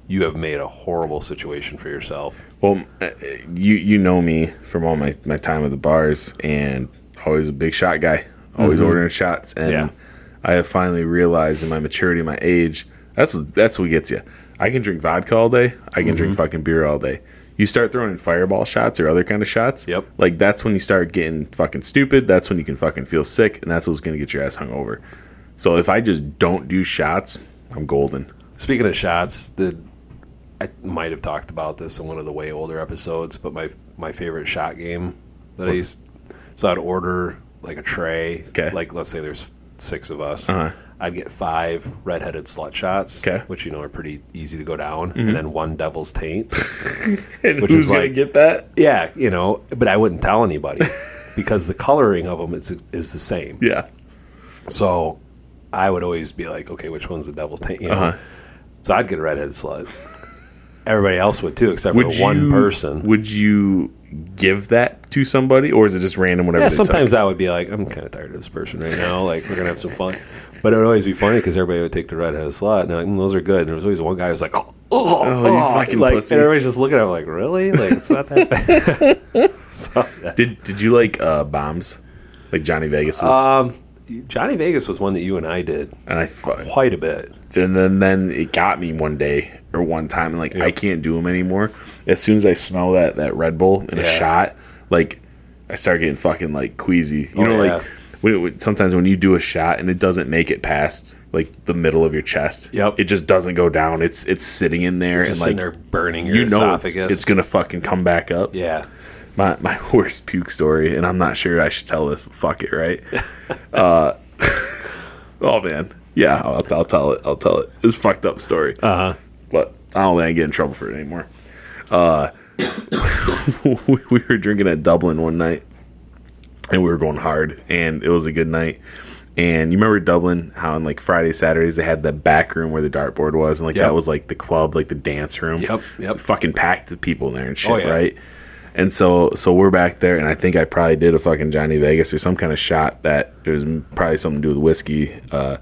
S2: you have made a horrible situation for yourself.
S3: Well, uh, you you know me from all my, my time at the bars, and always a big shot guy, always ordering shots, and
S2: Mm-hmm. Yeah.
S3: I have finally realized in my maturity, my age, that's what that's what gets you. I can drink vodka all day. I can
S2: Mm-hmm.
S3: drink fucking beer all day. You start throwing in fireball shots or other kind of shots.
S2: Yep.
S3: Like that's when you start getting fucking stupid. That's when you can fucking feel sick, and that's what's gonna get your ass hungover. So if I just don't do shots, I'm golden.
S2: Speaking of shots, the I might have talked about this in one of the way older episodes, but my my favorite shot game that I used so I'd order like a tray,
S3: Okay.
S2: like let's say there's six of us.
S3: Uh-huh.
S2: I'd get five redheaded slut shots,
S3: Okay. Mm-hmm.
S2: which you know are pretty easy to go down, and then one devil's taint.
S3: And
S2: Which
S3: who's
S2: is
S3: gonna
S2: like-
S3: get that?
S2: yeah, you know, but I wouldn't tell anybody because the coloring of them is is the same.
S3: Yeah.
S2: So I would always be like, okay, which one's the devil's taint? You know?
S3: Uh-huh.
S2: So I'd get a redheaded slut. Everybody else would too, except
S3: would
S2: for the one
S3: you-
S2: person.
S3: Would you give that to somebody, or is it just random? Whatever.
S2: Yeah,
S3: they
S2: sometimes
S3: Took?
S2: I would be like, I'm kind of tired of this person right now. Like, we're gonna have some fun, but it would always be funny because everybody would take the redheaded slut, and they're like, mm, those are good. And there was always one guy who was like, oh, oh,
S3: Oh, you
S2: oh,"
S3: fucking
S2: like,
S3: pussy.
S2: and everybody's just looking at him like, really? Like, it's not that bad. so, yeah.
S3: Did Did you like uh, bombs, like Johnny Vegas's?
S2: um, Johnny Vegas was one that you and I did
S3: and I fu-
S2: quite a bit.
S3: and then then it got me one day or one time, and like I can't do them anymore. As soon as I smell that that Red Bull in a
S2: Yeah.
S3: shot, like I start getting fucking like queasy.
S2: Oh,
S3: You know,
S2: yeah.
S3: like. When, when, sometimes when you do a shot and it doesn't make it past like the middle of your chest,
S2: Yep.
S3: it just doesn't go down. It's it's sitting in there
S2: Just
S3: and
S2: sitting there
S3: like
S2: burning your
S3: you know it's,
S2: esophagus.
S3: it's gonna fucking come back up.
S2: yeah,
S3: my my worst puke story, and I'm not sure I should tell this, but fuck it, right? uh, oh man, yeah, I'll, I'll tell it. I'll tell it. It's a fucked up story. Uh
S2: Uh-huh.
S3: huh. But I don't think I get in trouble for it anymore. Uh, we, we were drinking at Dublin one night, and we were going hard, and it was a good night. And you remember Dublin, how on like Friday, Saturdays they had that back room where the dartboard was, and like
S2: Yep.
S3: that was like the club, like the dance room.
S2: Yep, yep.
S3: Fucking packed the people in there and shit,
S2: Oh, yeah.
S3: right? And so so we're back there, and I think I probably did a fucking Johnny Vegas or some kind of shot that it was probably something to do with whiskey uh,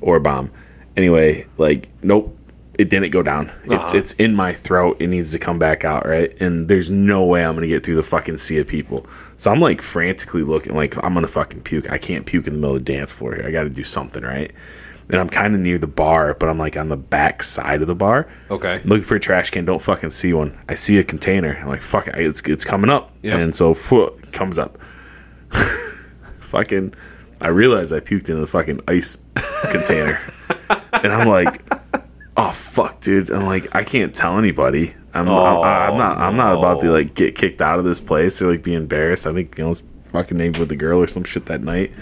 S3: or a bomb. Anyway, like nope, it didn't go down. It's
S2: Aw.
S3: it's in my throat. It needs to come back out, right? And there's no way I'm gonna get through the fucking sea of people. So I'm like frantically looking, like I'm gonna fucking puke. I can't puke in the middle of the dance floor here. I got to do something, right? And I'm kind of near the bar, but I'm like on the back side of the bar.
S2: Okay.
S3: Looking for a trash can, don't fucking see one. I see a container. I'm like, fuck, I, it's it's coming up.
S2: Yeah.
S3: And so phew, it comes up. fucking, I realize I puked into the fucking ice container, and I'm like, oh fuck, dude. I'm like, I can't tell anybody. I'm
S2: Oh,
S3: I'm, I'm not I'm not about to
S2: no.
S3: like get kicked out of this place or like be embarrassed. I think you know, I was fucking named with a girl or some shit that night.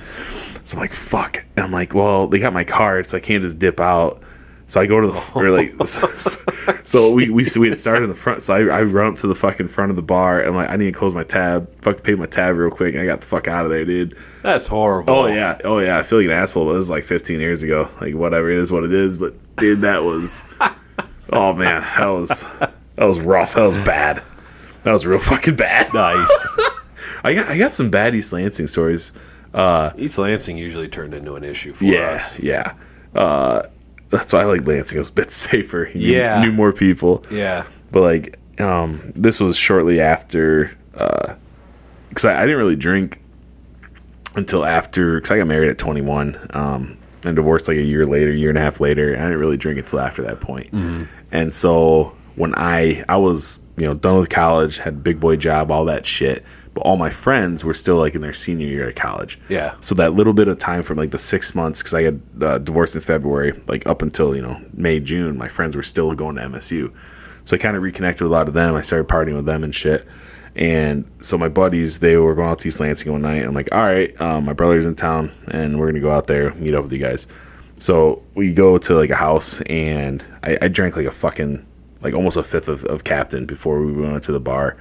S3: So I'm like, fuck. And I'm like, well, they got my card, so I can't just dip out. So I go to the or like, so, so- so we we we had started in the front. So I, I run up to the fucking front of the bar. And I'm like, I need to close my tab. Fuck, pay my tab real quick. And I got the fuck out of there, dude.
S2: That's horrible.
S3: Oh yeah, oh yeah. I feel like an asshole. But this is like 15 years ago. Like whatever it is, what it is. But dude, that was. oh man, that was that was rough. That was bad. That was real fucking bad.
S2: Nice.
S3: I got I got some bad East Lansing stories.
S2: East Lansing usually turned into an issue for
S3: Yeah,
S2: us.
S3: yeah. Uh, that's why I like Lansing. It was a bit safer. You knew-
S2: Yeah.
S3: knew more people.
S2: Yeah.
S3: but like um this was shortly after uh because I, I didn't really drink until after because i got married at 21 um and divorced like a year later year and a half later and i didn't really drink until after that point and so when i i was you know done with college had a big boy job all that shit but all my friends were still like in their senior year of college
S2: Yeah.
S3: so that little bit of time from like the six months because i had uh, divorced in february like up until you know may june my friends were still going to msu so i kind of reconnected with a lot of them i started partying with them and shit and so my buddies they were going out to east lansing one night and i'm like all right um, my brother's in town and we're gonna go out there meet up with you guys so we go to like a house and i, I drank like a fucking like almost a fifth of, of captain before we went out to the bar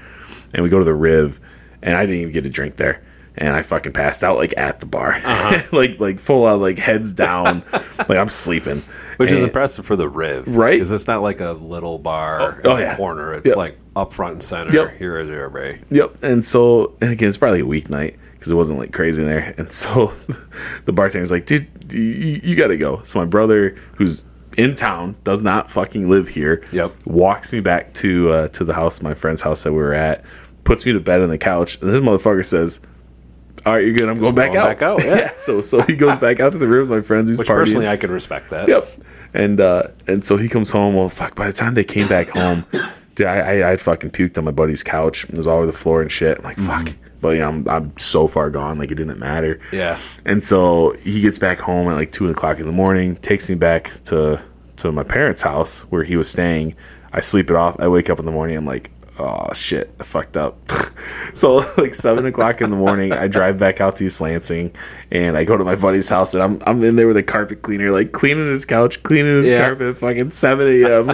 S3: and we go to the riv and i didn't even get a drink there and i fucking passed out like at the bar
S2: Uh-huh.
S3: like like full out like heads down like i'm sleeping
S2: Which is
S3: And-
S2: impressive for the Riv,
S3: Right?
S2: Because it's not like a little bar
S3: Oh,
S2: in the
S3: yeah.
S2: corner. It's
S3: Yep.
S2: like up front and center.
S3: Yep.
S2: Here is there, Ray.
S3: Yep. And so, and again, it's probably a weeknight because it wasn't like crazy in there. And so the bartender's like, dude, you, you got to go. So my brother, who's in town, does not fucking live here,
S2: Yep.
S3: walks me back to uh, to the house, my friend's house that we were at, puts me to bed on the couch. And this motherfucker says, all right, you're good. I'm going back
S2: going
S3: out.
S2: back out, yeah.
S3: So, so he goes back out to the room with my friends. He's
S2: Which
S3: partying.
S2: personally, I can respect that.
S3: Yep. And uh, and so he comes home. Well, fuck. By the time they came back home, dude, I I, I had fucking puked on my buddy's couch. It was all over the floor and shit. I'm like, fuck. But yeah, I'm I'm so far gone. Like it didn't matter.
S2: Mm-hmm. Yeah.
S3: And so he gets back home at like two o'clock in the morning. Takes me back to to my parents' house where he was staying. I sleep it off. I wake up in the morning. I'm like. Oh shit! I fucked up. so like seven o'clock in the morning, I drive back out to East Lansing, and I go to my buddy's house, and I'm I'm in there with a carpet cleaner, like cleaning his couch, cleaning his
S2: Yeah.
S3: carpet. At fucking seven a.m.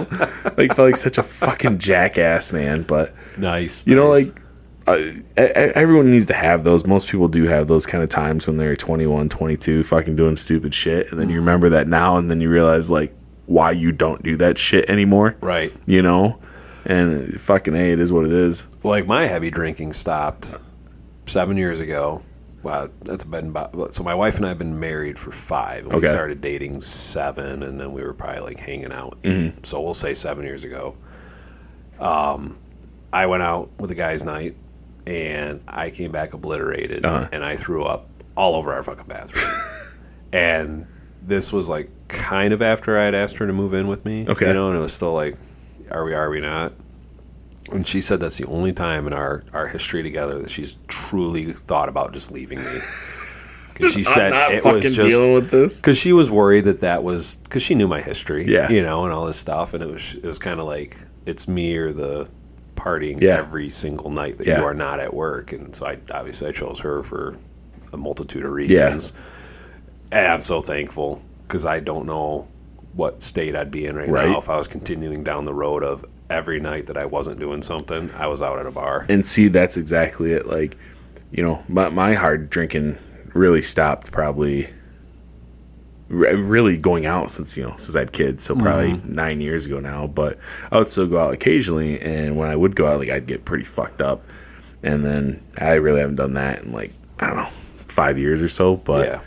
S3: like felt like such a fucking jackass, man. But
S2: Nice.
S3: you know,
S2: nice.
S3: like I, I, everyone needs to have those. Most people do have those kind of times when they're 21, 22, fucking doing stupid shit. And then you
S2: Mm-hmm.
S3: remember that now, and then you realize, like, why you don't do that shit anymore.
S2: right.
S3: You know? And fucking A, it is what it is.
S2: like my heavy drinking stopped seven years ago. Wow, that's been about, so. My wife and I have been married for five. We
S3: Okay.
S2: started dating seven, and then we were probably like hanging out. eight.
S3: Mm-hmm.
S2: So we'll say seven years ago. Um, I went out with a guys' night, and I came back obliterated,
S3: Uh-huh.
S2: and I threw up all over our fucking bathroom. and this was like kind of after I had asked her to move in with me.
S3: Okay.
S2: you know, and it was still like, are we? Are we not? And she said that's the only time in our, our history together that she's truly thought about just leaving me. Because she said it was just
S3: with this.
S2: because she was worried that that was because she knew my history,
S3: Yeah.
S2: you know, and all this stuff, and it was it was kind of like it's me or the partying
S3: Yeah.
S2: every single night that
S3: Yeah.
S2: you are not at work, and so I obviously I chose her for a multitude of reasons, and I'm so thankful because I don't know what state I'd be in right,
S3: Right.
S2: now if I was continuing down the road of every night that I wasn't doing something, I was out at a bar.
S3: and see that's exactly it like you know my, my hard drinking really stopped probably re- really going out since you know since i had kids so probably nine years ago now but i would still go out occasionally and when i would go out like i'd get pretty fucked up And then I really haven't done that in like I don't know five years or so. But
S2: Yeah.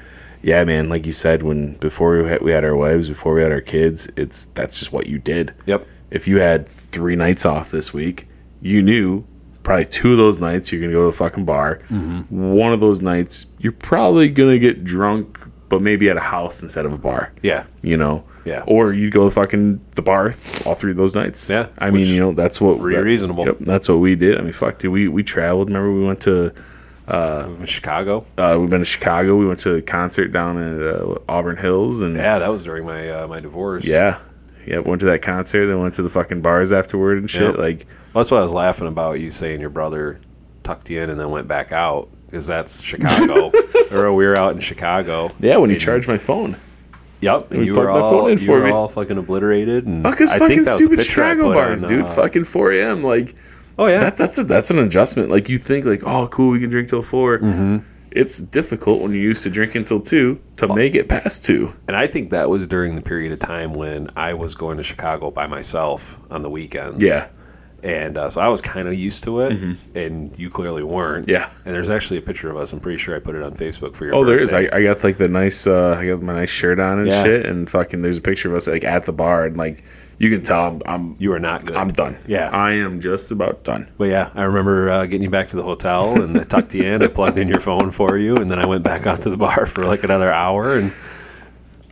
S3: yeah, man, like you said, when before we had, we had our wives, before we had our kids, it's that's just what you did.
S2: Yep.
S3: If you had three nights off this week, you knew probably two of those nights you're gonna go to the fucking bar.
S2: Mm-hmm.
S3: One of those nights you're probably gonna get drunk, but maybe at a house instead of a bar
S2: Yeah.
S3: you know.
S2: Yeah.
S3: Or you go fucking the bar th- all three of those nights.
S2: Yeah,
S3: I mean,
S2: which-
S3: you know, that's what
S2: pretty reasonable.
S3: Yep, that's what we did. I mean, fuck, dude, we we traveled. Remember, we went to
S2: Chicago.
S3: uh, we've been to Chicago. We went to a concert down in uh, Auburn Hills, and
S2: Yeah, that was during my uh, my divorce.
S3: yeah, yeah, went to that concert. Then went to the fucking bars afterward and shit.
S2: Yep.
S3: Like,
S2: Well, that's what I was laughing about. You saying your brother tucked you in and then went back out because that's Chicago. or we were out in Chicago.
S3: yeah, when he charged my phone.
S2: Yep, and
S3: He
S2: you were
S3: plugged my
S2: all
S3: phone in
S2: you
S3: for
S2: were
S3: me.
S2: all fucking obliterated. And
S3: Fuck his
S2: I think
S3: fucking
S2: that was a
S3: stupid
S2: picture I
S3: Chicago
S2: put
S3: bars,
S2: on,
S3: dude.
S2: uh,
S3: fucking 4 a.m. Like,
S2: Oh yeah,
S3: that, that's a, that's an adjustment. Like you think like, oh, cool, we can drink till 4 Mm-hmm. It's difficult when you're used to drinking till two to make it past two.
S2: and I think that was during the period of time when I was going to Chicago by myself on the weekends.
S3: Yeah. Mm-hmm.
S2: and uh, so I was kind of used to it, and you clearly weren't.
S3: Yeah.
S2: and there's actually a picture of us. I'm pretty sure I put it on Facebook for your.
S3: Oh, there is. I,
S2: birthday.
S3: I got like the nice, uh, I got my nice shirt on and
S2: Yeah.
S3: shit, and fucking. There's a picture of us like at the bar, and like you can tell I'm I'm,
S2: you are not good.
S3: I'm done.
S2: Yeah.
S3: I am just about done.
S2: But yeah, I remember uh, getting you back to the hotel and I tucked you in. I plugged in your phone for you, and then I went back out to the bar for like another hour. And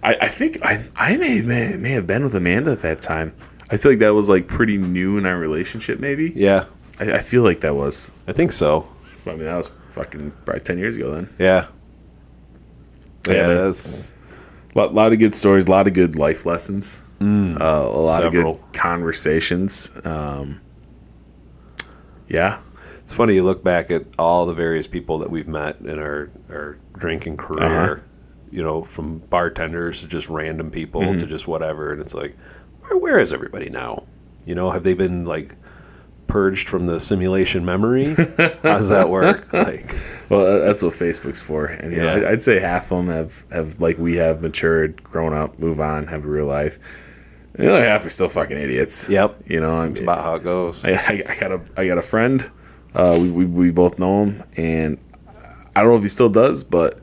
S3: I, I think I I may, may may have been with Amanda at that time. I feel like that was like pretty new in our relationship. Maybe
S2: yeah,
S3: I, I feel like that was.
S2: I think so.
S3: I mean, that was fucking probably ten years ago then.
S2: Yeah, yeah,
S3: man.
S2: that's
S3: lot, lot of good stories, a lot of good life lessons, uh, a lot
S2: Several.
S3: of good conversations. Um, yeah,
S2: it's funny. You look back at all the various people that we've met in our our drinking career.
S3: Uh-huh.
S2: You know, from bartenders to just random people to just whatever, and it's like, where, where is everybody now? You know, have they been like purged from the simulation memory? How does that work? Like,
S3: well, tha- that's what Facebook's for. And yeah,
S2: Yeah.
S3: I'd say half of them have have like we have matured, grown up, move on, have a real life. And the other half are still fucking idiots.
S2: Yep.
S3: you know, I'm
S2: it's about how it goes.
S3: I, I, I got a I got a friend. Uh, we, we we both know him, and I don't know if he still does, but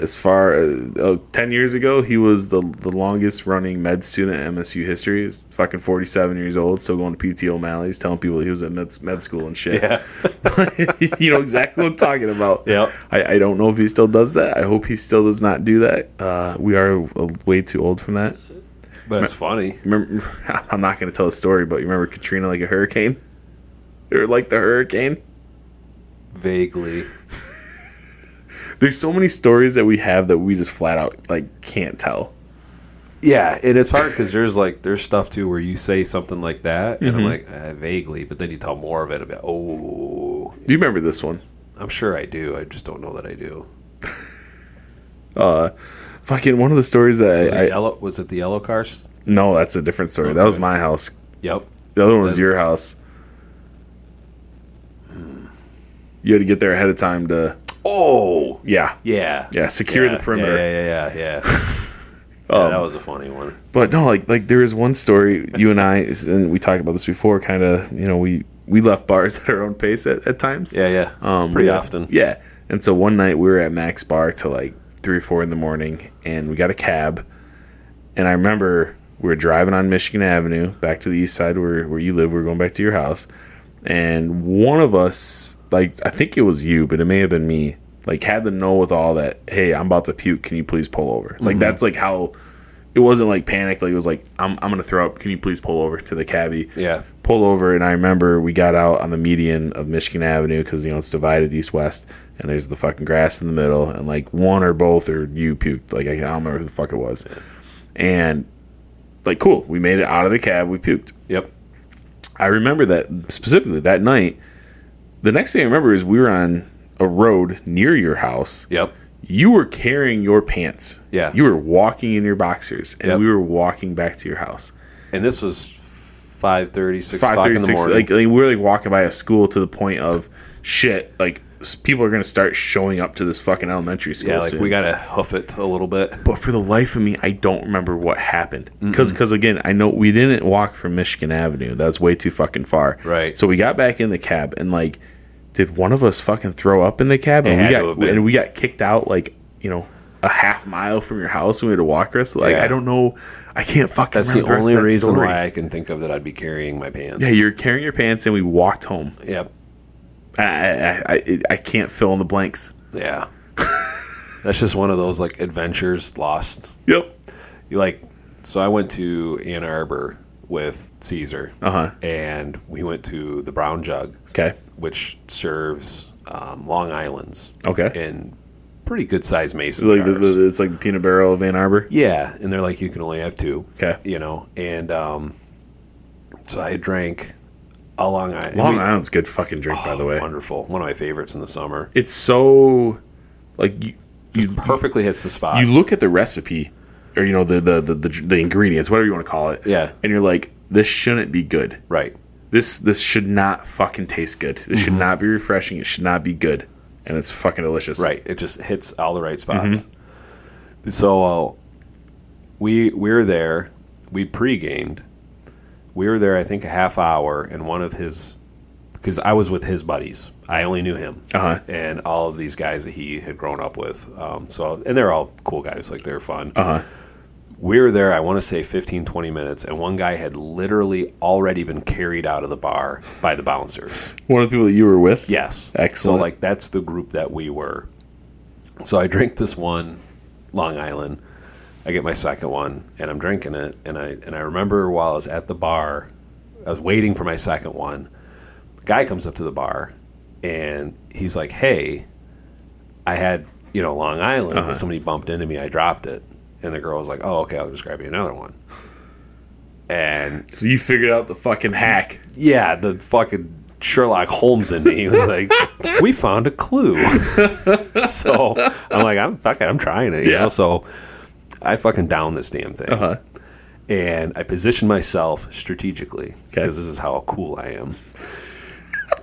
S3: as far as oh, 10 years ago, he was the the longest running med student at MSU history. He's fucking forty seven years old, still going to PT O'Malley's, telling people he was at med, med school and shit.
S2: Yeah.
S3: you know exactly what I'm talking about.
S2: Yep.
S3: I, I don't know if he still does that. I hope he still does not do that. Uh, we are uh, way too old from that.
S2: But it's funny.
S3: Remember, I'm not going to tell the story, but you remember Katrina like a hurricane? Or like the hurricane?
S2: Vaguely.
S3: There's so many stories that we have that we just flat out like can't tell.
S2: Yeah, and it's hard because there's like there's stuff too where you say something like that,
S3: Mm-hmm.
S2: and I'm like uh, vaguely, but then you tell more of it. About oh,
S3: You remember this one?
S2: I'm sure I do. I just don't know that I do.
S3: Fucking one of the stories that
S2: Was,
S3: I,
S2: it
S3: I
S2: yellow, was it the yellow cars?
S3: no, that's a different story. That was my house.
S2: Yep.
S3: The other one was
S2: That's-
S3: your house. You had to get there ahead of time to
S2: Oh,
S3: yeah
S2: yeah,
S3: yeah secure the perimeter. Um,
S2: Yeah, yeah, yeah, yeah. yeah. Yeah, that was a funny one.
S3: But no, like like there is one story you and I and we talked about this before. Kind of you know we we left bars at our own pace at, at times.
S2: Yeah, yeah.
S3: Um,
S2: Pretty
S3: we-
S2: often.
S3: Yeah. And so one night we were at Max Bar till like three or four in the morning, and we got a cab. And I remember we were driving on Michigan Avenue back to the east side where, where you live. We were going back to your house. And one of us, like, I think it was you, but it may have been me, like, had the know with all that, hey, I'm about to puke. Can you please pull over? Like,
S2: Mm-hmm.
S3: that's like how it wasn't like panic. Like, it was like, I'm, I'm going to throw up. Can you please pull over to the cabbie?
S2: Yeah.
S3: pull over and i remember we got out on the median of michigan avenue because you know it's divided east west and there's the fucking grass in the middle and like one or both or you puked like i don't remember who the fuck it was and like cool we made it out of the cab we puked
S2: Yep.
S3: i remember that specifically that night the next thing i remember is we were on a road near your house
S2: Yep.
S3: you were carrying your pants
S2: Yeah.
S3: you were walking in your boxers and
S2: Yep.
S3: we were walking back to your house
S2: And this was 5.30, 6
S3: five
S2: o'clock in
S3: thirty
S2: the
S3: six.
S2: morning.
S3: Like, like we were like walking by a school to the point of shit. Like s- people are gonna start showing up to this fucking elementary school.
S2: yeah, like
S3: soon.
S2: we gotta hoof it a little bit.
S3: But for the life of me, I don't remember what happened. Because again, I know we didn't walk from Michigan Avenue. That's way too fucking far.
S2: Right.
S3: So we got back in the cab and like did one of us fucking throw up in the cab
S2: It
S3: and
S2: had
S3: we
S2: to have
S3: got
S2: been.
S3: and we got kicked out like you know a half mile from your house and we had to walk the rest of- like
S2: Yeah.
S3: i don't know i can't fucking
S2: That's the
S3: remember rest
S2: only
S3: of that
S2: reason
S3: story.
S2: why I can think of that I'd be carrying my pants.
S3: yeah you're carrying your pants and we walked home
S2: Yep.
S3: i i i, I- I can't fill in the blanks
S2: Yeah. That's just one of those like adventures lost.
S3: yep
S2: You like so I went to Ann Arbor with Caesar.
S3: Uh-huh.
S2: And we went to the Brown Jug,
S3: okay
S2: which serves um, Long Island's.
S3: Okay.
S2: And pretty good sized mason
S3: like the,
S2: jars.
S3: the, it's like the peanut barrel of ann arbor
S2: Yeah, and they're like, you can only have two.
S3: Okay.
S2: You know, and um, so I drank a Long Island.
S3: long island's good fucking drink by the way
S2: Wonderful. One of my favorites in the summer.
S3: it's so like you you,
S2: Perfectly hits the spot.
S3: you look at the recipe or you know the the, the the the ingredients whatever you want to call it
S2: Yeah.
S3: and you're like this shouldn't be good
S2: right.
S3: this this should not fucking taste good this should not be refreshing it should not be good and it's fucking delicious
S2: Right. It just hits all the right
S3: Mm-hmm.
S2: spots. So uh, we we were there. We pre-gamed. We were there, I think, a half hour, and one of his, because I was with his buddies. I only knew him
S3: Uh-huh.
S2: and all of these guys that he had grown up with. Um, so and they're all cool guys. Like they're fun.
S3: uh-huh
S2: We were there, I want to say 15, 20 minutes, and one guy had literally already been carried out of the bar by the bouncers.
S3: one of the people that you were with
S2: Yes.
S3: Excellent.
S2: So, like, that's the group that we were. So, I drink this one, Long Island. I get my second one, and I'm drinking it. And I, and I remember while I was at the bar, I was waiting for my second one. Guy comes up to the bar, and he's like, Hey, I had, you know, Long Island, but somebody bumped into me. I dropped it. And the girl was like, Oh, okay, I'll just grab you another one. And
S3: so you figured out the fucking hack
S2: yeah, the fucking Sherlock Holmes in me was like, we found a clue. so I'm like, I'm fuck it, I'm trying it. You
S3: Yeah.
S2: know? So I fucking down this damn thing.
S3: uh-huh
S2: And I position myself strategically
S3: Okay.
S2: because this is how cool I am.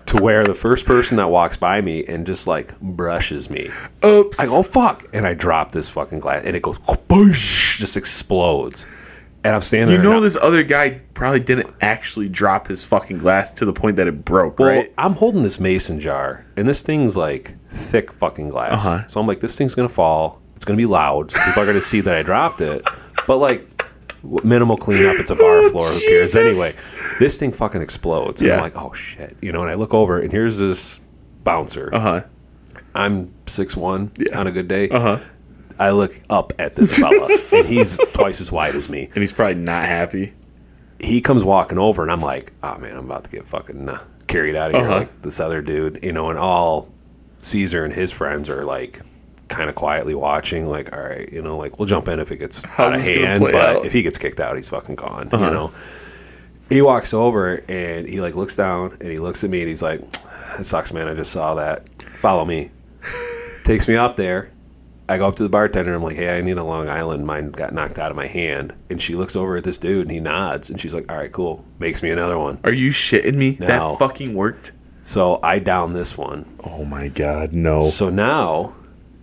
S2: to where the first person that walks by me and just like brushes me.
S3: oops
S2: I go, oh, fuck. And I drop this fucking glass and it goes, boosh, just explodes. And I'm standing
S3: you
S2: there. and
S3: know
S2: I-
S3: this other guy probably didn't actually drop his fucking glass to the point that it broke
S2: Well,
S3: right
S2: I'm holding this mason jar, and this thing's like thick fucking glass.
S3: Uh-huh.
S2: So I'm like, this thing's gonna fall. It's gonna be loud. So people are gonna see that I dropped it. But like, w- minimal cleanup. It's a bar floor. Who cares anyway?
S3: Oh, Jesus.
S2: This thing fucking explodes.
S3: Yeah.
S2: And I'm like, oh shit. You know. And I look over, and here's this bouncer.
S3: uh-huh
S2: I'm six one
S3: Yeah.
S2: on a good day.
S3: uh-huh
S2: I look up at this fella, and he's twice as wide as me.
S3: and he's probably not happy
S2: he comes walking over and I'm like, oh man, I'm about to get fucking uh, carried out of here.
S3: Uh-huh.
S2: Like this other dude, you know, and all Caesar and his friends are like kind of quietly watching, like, all right, you know, like we'll jump in if it gets out of
S3: this gonna
S2: hand,
S3: play
S2: but
S3: out? Uh-huh.
S2: if he gets kicked out, he's fucking gone, you know. He walks over and he like looks down and he looks at me and he's like, "It sucks, man. I just saw that. Follow me." Takes me up there. I go up to the bartender. I'm like, "Hey, I need a Long Island. Mine got knocked out of my hand." And she looks over at this dude and he nods and she's like, "All right, cool." Makes me another one.
S3: are you shitting me
S2: No.
S3: that fucking worked
S2: So I down this one.
S3: oh my god no
S2: So now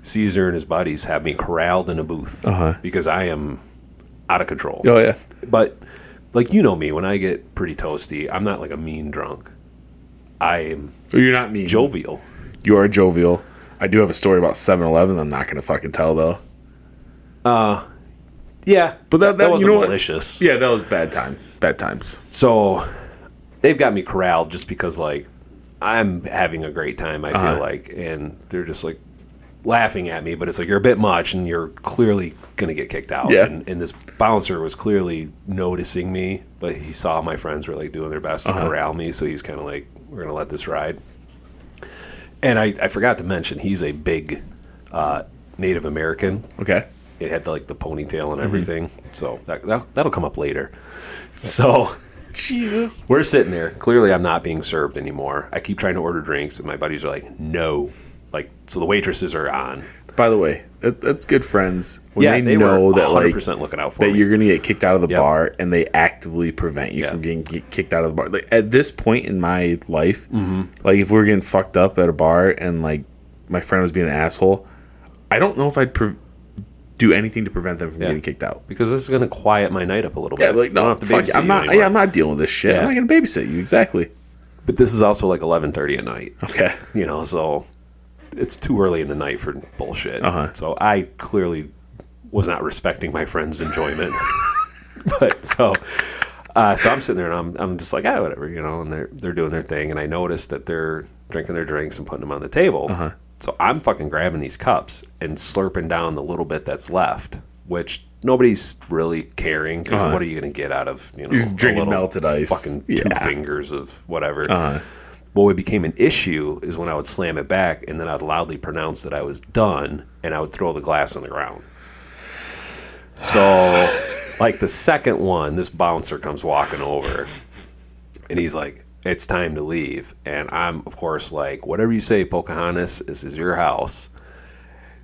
S2: Caesar and his buddies have me corralled in a booth
S3: Uh-huh.
S2: because I am out of control.
S3: oh yeah
S2: But like you know me, when I get pretty toasty, I'm not like a mean drunk. I am
S3: You're not mean.
S2: jovial.
S3: You are jovial. I do have a story about 7-Eleven. I'm not going to fucking tell though.
S2: Yeah, but
S3: that- that- you
S2: wasn't
S3: know what?
S2: malicious.
S3: Yeah, that was bad time. Bad times.
S2: So they've got me corralled just because like I'm having a great time. I
S3: Uh-huh.
S2: feel like, and they're just like laughing at me, but it's like you're a bit much, and you're clearly gonna get kicked out.
S3: Yeah.
S2: And, and this bouncer was clearly noticing me, but he saw my friends were like doing their best to
S3: Uh-huh.
S2: corral me, so he's kind of like, "We're gonna let this ride." And I, I forgot to mention he's a big uh, Native American
S3: Okay.
S2: it had like the ponytail and everything. So that, that that'll come up later. So
S3: Jesus.
S2: we're sitting there. Clearly, I'm not being served anymore. I keep trying to order drinks, and my buddies are like, "No." Like so, the waitresses are on.
S3: By the way, that, that's good friends when
S2: yeah,
S3: they,
S2: they,
S3: know
S2: were
S3: that
S2: 100
S3: like
S2: percent looking out for
S3: that
S2: me.
S3: you're going to get kicked out of the
S2: Yep.
S3: bar and they actively prevent you
S2: Yeah.
S3: from getting get kicked out of the bar. Like at this point in my life,
S2: Mm-hmm.
S3: like if we were getting fucked up at a bar and like my friend was being an asshole, I don't know if I'd pre- do anything to prevent them from getting kicked out.
S2: because this is going to quiet my night up a little
S3: Yeah,
S2: bit.
S3: like
S2: I
S3: no,
S2: don't have to
S3: fuck
S2: babysit
S3: you. I'm
S2: you
S3: not.
S2: anymore.
S3: Yeah, I'm not dealing with this shit.
S2: Yeah.
S3: I'm not gonna babysit you. Exactly.
S2: But this is also like 11:30 at night,
S3: Okay.
S2: you know, so it's too early in the night for bullshit.
S3: Uh-huh.
S2: So I clearly was not respecting my friend's enjoyment. but so uh, so I'm sitting there and I'm I'm just like, "Ah, whatever," you know, and they're they're doing their thing and I notice that they're drinking their drinks and putting them on the table. Uh-huh. So I'm fucking grabbing these cups and slurping down the little bit that's left, which nobody's really caring because what are you going to get out of you know
S3: Uh-huh. You're just
S2: a
S3: drinking
S2: little
S3: melted ice.
S2: fucking two
S3: Yeah. Uh-huh.
S2: fingers of whatever. What would became an issue is when I would slam it back and then I'd loudly pronounce that I was done and I would throw the glass on the ground. So, like the second one, this bouncer comes walking over and he's like, it's time to leave. And I'm, of course, like, whatever you say, Pocahontas, this is your house.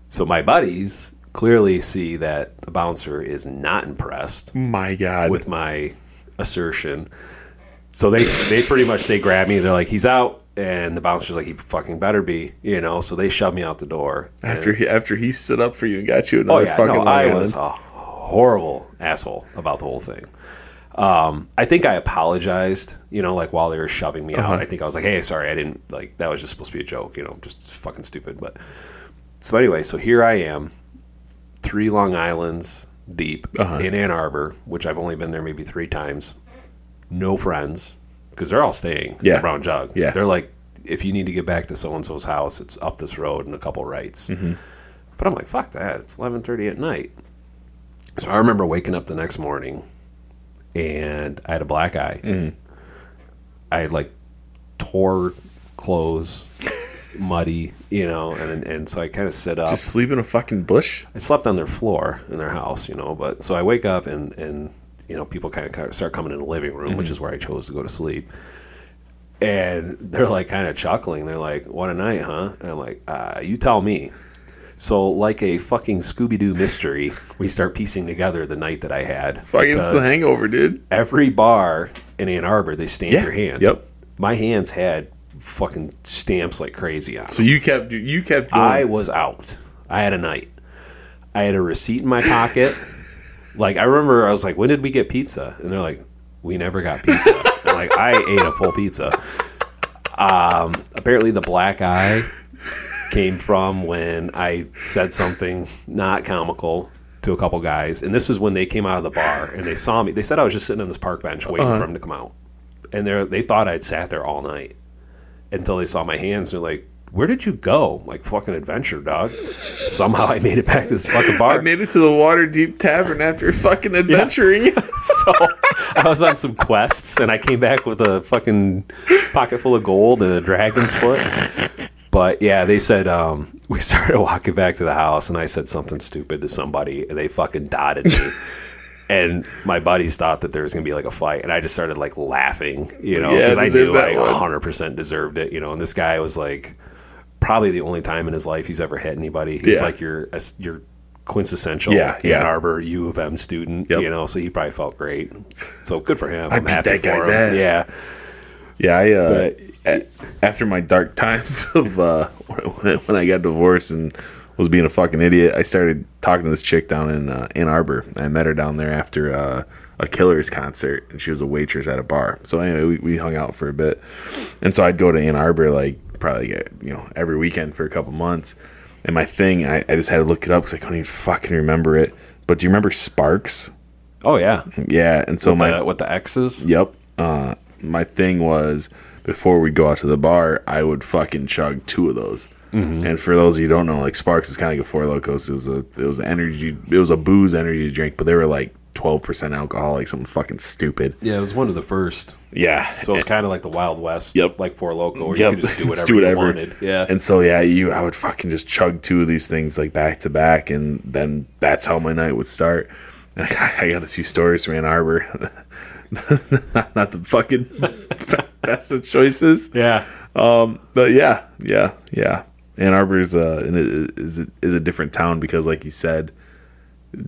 S2: So, my buddies clearly see that the bouncer is not impressed
S3: My God.
S2: with my assertion. So they they pretty much they grab me. They're like, he's out, and the bouncer's like, he fucking better be, you know. So they shove me out the door.
S3: after he after he stood up for you and got you
S2: Oh
S3: another
S2: yeah,
S3: fucking
S2: no,
S3: Long
S2: I
S3: Island.
S2: was a horrible asshole about the whole thing. Um, I think I apologized, you know, like while they were shoving me
S3: Uh-huh.
S2: out. I think I was like, "Hey, sorry, I didn't like that was just supposed to be a joke, you know, just fucking stupid." But so anyway, so here I am, three Long Islands deep
S3: Uh-huh.
S2: in Ann Arbor, which I've only been there maybe three times. No friends because they're all staying. at
S3: Yeah.
S2: the Brown Jug.
S3: Yeah.
S2: they're like, if you need to get back to so and so's house, it's up this road and a couple rights.
S3: Mm-hmm.
S2: But I'm like, fuck that. It's 11:30 at night. So I remember waking up the next morning, and I had a black eye.
S3: Mm-hmm.
S2: I had like tore clothes, muddy, you know, and and so I kind of sit up.
S3: Just sleep in a fucking bush.
S2: I slept on their floor in their house, you know. But so I wake up and and you know people kind of start coming in the living room,
S3: Mm-hmm.
S2: which is where I chose to go to sleep. And they're like kind of chuckling. They're like, "What a night, huh?" And I'm like, uh, "You tell me." So like a fucking Scooby Doo mystery, we start piecing together the night that I had.
S3: Fucking it's the
S2: because-
S3: hangover, dude.
S2: every bar in Ann Arbor, they stamp
S3: Yeah,
S2: your hand.
S3: yep.
S2: My hands had fucking stamps like crazy on. 'em.
S3: So you kept you kept going.
S2: I was out. I had a night. I had a receipt in my pocket. like I remember, I was like, "When did we get pizza?" And they're like, "We never got pizza." I'm like I ate a full pizza. Um, apparently, the black eye came from when I said something not comical to a couple guys, and this is when they came out of the bar and they saw me. They said I was just sitting on this park bench waiting
S3: Uh-huh.
S2: for him to come out, and they they thought I'd sat there all night until they saw my hands. and They're like, "Where did you go?" I'm like fucking adventure, dog. Somehow I made it back to this fucking bar.
S3: I made it to the Water Deep Tavern after fucking adventuring.
S2: so I was on some quests, and I came back with a fucking pocket full of gold and a dragon's foot. But yeah, they said um, we started walking back to the house, and I said something stupid to somebody, and they fucking dotted me. And my buddies thought that there was gonna be like a fight, and I just started like laughing, you know,
S3: Yeah,
S2: because I
S3: deserved
S2: knew
S3: that
S2: I
S3: one.
S2: 100 percent deserved it, you know. And this guy was like probably the only time in his life he's ever hit anybody. He's
S3: Yeah.
S2: like your your quintessential
S3: Yeah,
S2: Ann
S3: yeah.
S2: Arbor U of M student,
S3: Yep.
S2: you know, so he probably felt great. So good for him. I'm
S3: beat
S2: happy
S3: that guy's
S2: for him.
S3: ass.
S2: Yeah.
S3: Yeah, I, uh,
S2: But-
S3: a- after my dark times of uh, when I- when I got divorced and was being a fucking idiot, I started talking to this chick down in uh, Ann Arbor. I met her down there after uh, a Killers concert, and she was a waitress at a bar. So anyway, we, we hung out for a bit, and so I'd go to Ann Arbor like probably uh, you know every weekend for a couple months. And my thing, I, I just had to look it up because I couldn't even fucking remember it. But do you remember Sparks?
S2: Oh yeah.
S3: Yeah, and so my
S2: Uh, with the X's.
S3: Yep. Uh, my thing was before we'd go out to the bar, I would fucking chug two of those.
S2: Mm-hmm.
S3: And for those of you who don't know, like Sparks is kind of like a Four Locos. It was a it was an energy it was a booze energy drink, but they were like twelve percent alcohol, like something fucking stupid.
S2: Yeah, it was one of the first.
S3: Yeah.
S2: So it's kind of like the Wild West.
S3: Yep.
S2: Like Four Loco, where
S3: Yep.
S2: you could just do
S3: Let's
S2: whatever,
S3: do whatever.
S2: you wanted. Yeah.
S3: And so yeah, you I would fucking just chug two of these things like back to back, and then that's how my night would start. And I got a few stories from Ann Arbor. not, not the fucking best of choices.
S2: yeah.
S3: Um, but yeah, yeah, yeah. Ann Arbor is a and it- is a- is a different town because, like you said,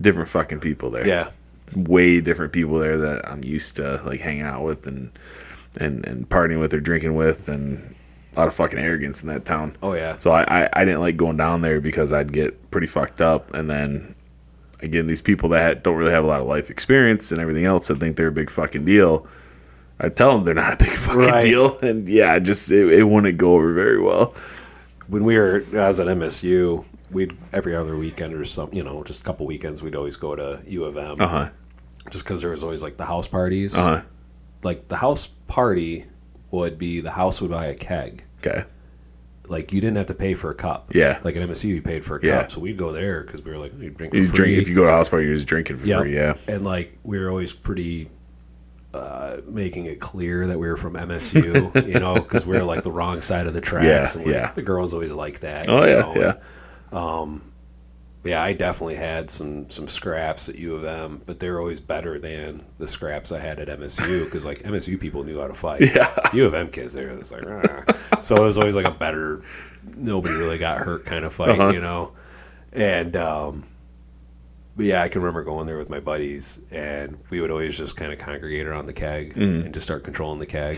S3: different fucking people there.
S2: Yeah.
S3: way different people there that I'm used to like hanging out with and and and partying with or drinking with, and a lot of fucking arrogance in that town.
S2: Oh yeah.
S3: So I, I, I didn't like going down there because I'd get pretty fucked up, and then again these people that had, don't really have a lot of life experience and everything else that think they're a big fucking deal. I tell them they're not a big fucking
S2: Right.
S3: deal, and yeah, just it, it wouldn't go over very well.
S2: when we were I was at MSU, we'd every other weekend or some, you know, just a couple weekends, we'd always go to U of M
S3: Uh huh.
S2: just because there was always like the house parties.
S3: Uh huh.
S2: Like the house party would be the house would buy a keg.
S3: Okay.
S2: Like you didn't have to pay for a cup.
S3: Yeah.
S2: Like at MSU, you paid for a
S3: Yeah.
S2: cup, so we'd go there because we were like, you drink, for
S3: You drink
S2: free.
S3: if you go to a house party, you're just drinking for
S2: Yep.
S3: free. Yeah.
S2: And like we were always pretty uh, making it clear that we were from MSU, you know, because we were like the wrong side of the tracks.
S3: Yeah,
S2: and like,
S3: yeah.
S2: The girls always like that.
S3: Oh
S2: you
S3: yeah,
S2: know,
S3: yeah.
S2: Yeah, I definitely had some some scraps at U of M, but they're always better than the scraps I had at MSU because like MSU people knew how to fight.
S3: Yeah.
S2: U of M kids, they were just like, "Ah." so it was always like a better, nobody really got hurt kind of fight,
S3: Uh-huh.
S2: you know. And um, but yeah, I can remember going there with my buddies, and we would always just kind of congregate around the keg
S3: Mm.
S2: and just start controlling the keg.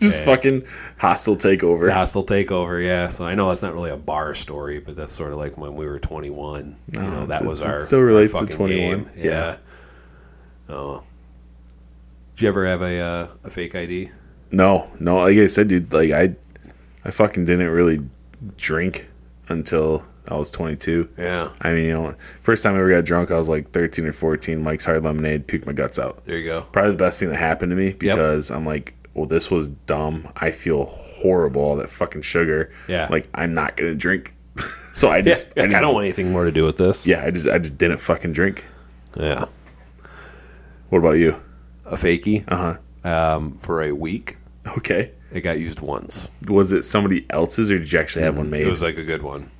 S3: Just fucking hostile takeover.
S2: The hostile takeover, yeah. So I know that's not really a bar story, but that's sort of like when we were 21. you know, that
S3: it's-
S2: was
S3: it's- it
S2: our
S3: still
S2: our
S3: relates to
S2: fucking
S3: 21,
S2: game.
S3: yeah.
S2: Yeah. Oh. Did you ever have a uh, a fake ID?
S3: No, no. Like I said, dude, like I, I fucking didn't really drink until I was 22.
S2: Yeah.
S3: I mean, you know, first time I ever got drunk, I was like 13 or 14. Mike's Hard Lemonade puked my guts out.
S2: There you go.
S3: Probably the best thing that happened to me because I'm like, well, this was dumb. I feel horrible. All that fucking sugar.
S2: Yeah.
S3: Like I'm not gonna drink. so I just,
S2: Like,
S3: I, just
S2: I don't want anything more to do with this.
S3: Yeah, I just, I just didn't fucking drink.
S2: Yeah.
S3: What about you?
S2: A fakie
S3: Uh
S2: um, for a week.
S3: huh. Okay.
S2: It got used once.
S3: Was it somebody else's or did you actually have one made?
S2: Mm, It was like a good one.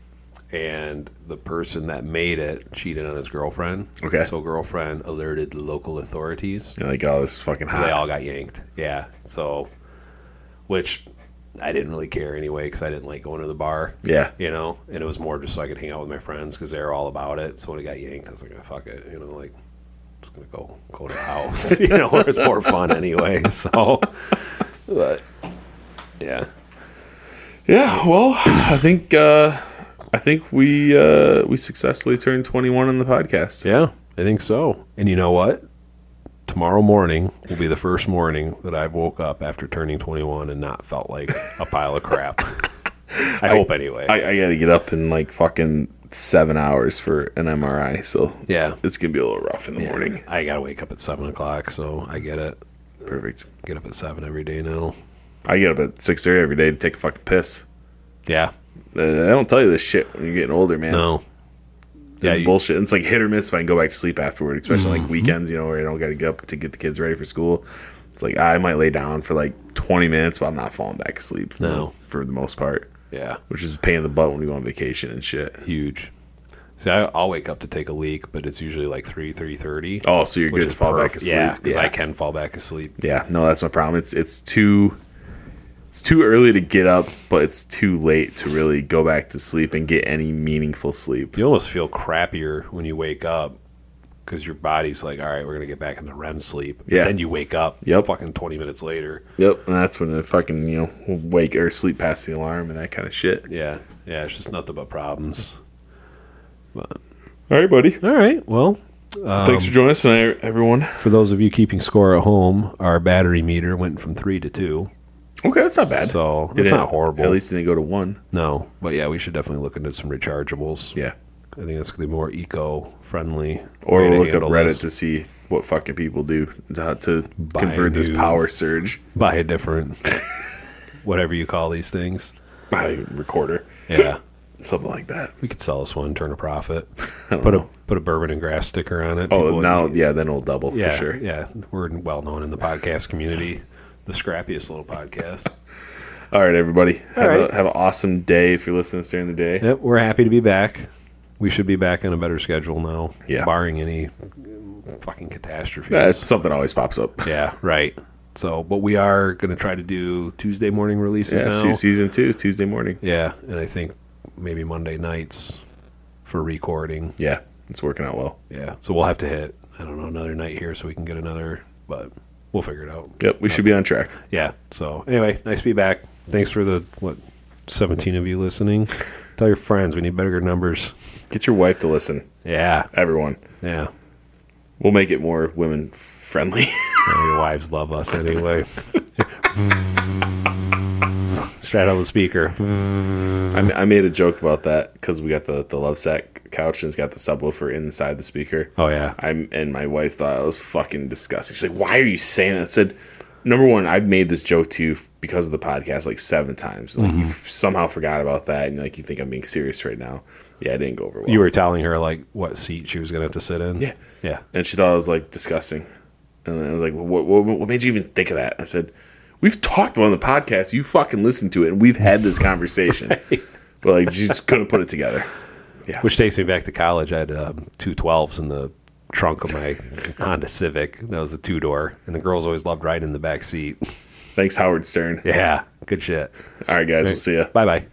S2: And the person that made it cheated on his girlfriend.
S3: Okay.
S2: So girlfriend alerted local authorities.
S3: You're like, oh, this is fucking
S2: So
S3: hot.
S2: they all got yanked. Yeah. So, which I didn't really care anyway because I didn't like going to the bar.
S3: yeah.
S2: You know, and it was more just so I could hang out with my friends because they were all about it. So when it got yanked, I was like, "Ah, fuck it. You know, like, just going to go go to the house. you know, where it's more fun anyway. So, but yeah.
S3: Yeah, well, I think uh, I think we uh, we successfully turned 21 on the podcast.
S2: Yeah, I think so. And you know what? Tomorrow morning will be the first morning that I've woke up after turning 21 and not felt like a pile of crap. I, hope anyway.
S3: I, I got to get up in like fucking seven hours for an MRI, so
S2: yeah.
S3: it's gonna be a little rough in the morning.
S2: I gotta wake up at seven o'clock, so I get it.
S3: Perfect.
S2: Get up at seven every day now.
S3: I get up at six thirty every day to take a fucking piss.
S2: Yeah.
S3: Uh, They don't tell you this shit when you're getting older, man.
S2: No.
S3: yeah,
S2: Yeah. you- Mm-hmm.
S3: bullshit. And it's like hit or miss if I can go back to sleep afterward, especially like weekends, you know, where I don't got to get up to get the kids ready for school. It's like I might lay down for like 20 minutes, but I'm not falling back asleep.
S2: No.
S3: for the most part.
S2: yeah.
S3: which is a pain in the butt when we go on vacation and shit.
S2: Huge. See, I, I'll wake up to take a leak, but it's usually like three, three thirty.
S3: Oh, so you're good to fall back asleep?
S2: Yeah, because
S3: yeah.
S2: I can fall back asleep.
S3: Yeah, no, that's my problem. It's it's too it's too early to get up, but it's too late to really go back to sleep and get any meaningful sleep.
S2: You almost feel crappier when you wake up because your body's like, all right, we're gonna get back into REM sleep.
S3: Yeah.
S2: Then you wake up.
S3: Yep.
S2: Fucking twenty minutes later.
S3: Yep, and that's when the fucking you know wake or sleep past the alarm and that kind of shit.
S2: Yeah. Yeah. It's just nothing but problems.
S3: All right, buddy.
S2: All right. Well,
S3: Thanks
S2: Um,
S3: for joining us tonight, everyone.
S2: for those of you keeping score at home, our battery meter went from three to two.
S3: Okay, that's not bad.
S2: So
S3: It
S2: it's
S3: didn't-
S2: not horrible.
S3: At least it didn't go to one.
S2: No, but yeah, we should definitely look into some rechargeables.
S3: Yeah.
S2: I think that's gonna be more eco-friendly.
S3: Or
S2: way to
S3: we'll look up
S2: handle
S3: Reddit
S2: this.
S3: to see what fucking people do to, to
S2: Buy
S3: convert this
S2: new-
S3: power surge
S2: buy a different, whatever you call these things.
S3: by recorder,
S2: Yeah,
S3: something like that.
S2: we could sell us one, turn a profit,
S3: don't
S2: put a put a bourbon and grass sticker on it.
S3: Oh,
S2: People-
S3: now yeah, then it'll double
S2: yeah,
S3: for sure.
S2: yeah, we're well known in the podcast community, the scrappiest little podcast.
S3: All right, everybody, have,
S2: right.
S3: A, have an awesome day if you're listening to this during the day.
S2: Yep, we're happy to be back. We should be back on a better schedule now,
S3: Yeah.
S2: barring any fucking catastrophes.
S3: Uh, something always pops up.
S2: Yeah, right. So, but we are going to try to do Tuesday morning releases
S3: Yeah,
S2: now.
S3: see season two Tuesday morning.
S2: Yeah, and I think maybe Monday nights for recording.
S3: Yeah, it's working out well.
S2: Yeah, so we'll have to hit I don't know another night here so we can get another, but we'll figure it out.
S3: Yep, we should be on track.
S2: Yeah. So anyway, nice to be back. Thanks for the what seventeen of you listening. Tell your friends we need bigger numbers.
S3: Get your wife to listen.
S2: Yeah.
S3: Everyone,
S2: Yeah.
S3: we'll make it more women friendly.
S2: Well, your wives love us anyway. Straight out of the speaker.
S3: I, I made a joke about that because we got the the love sack couch and it's got the subwoofer inside the speaker.
S2: Oh yeah.
S3: I'm and my wife thought I was fucking disgusting. She's like, "Why are you saying that?" I said, "Number one, I've made this joke to you because of the podcast like seven times. Like
S2: Mm-hmm.
S3: you somehow forgot about that, and like you think I'm being serious right now. Yeah, it didn't go over well.
S2: You were telling her like what seat she was gonna have to sit in.
S3: Yeah.
S2: Yeah.
S3: and she thought I was like disgusting. And then I was like, "What? What, what made you even think of that?" I said, "We've talked about it on the podcast. You fucking listened to it, and we've had this conversation, but like, she just couldn't put it together."
S2: Which takes me back to college. I had um, two 12s in the trunk of my Honda Civic. That was a two door, and the girls always loved riding in the back seat.
S3: Thanks, Howard Stern.
S2: Yeah, good shit.
S3: All right, guys, we'll see ya.
S2: Bye bye.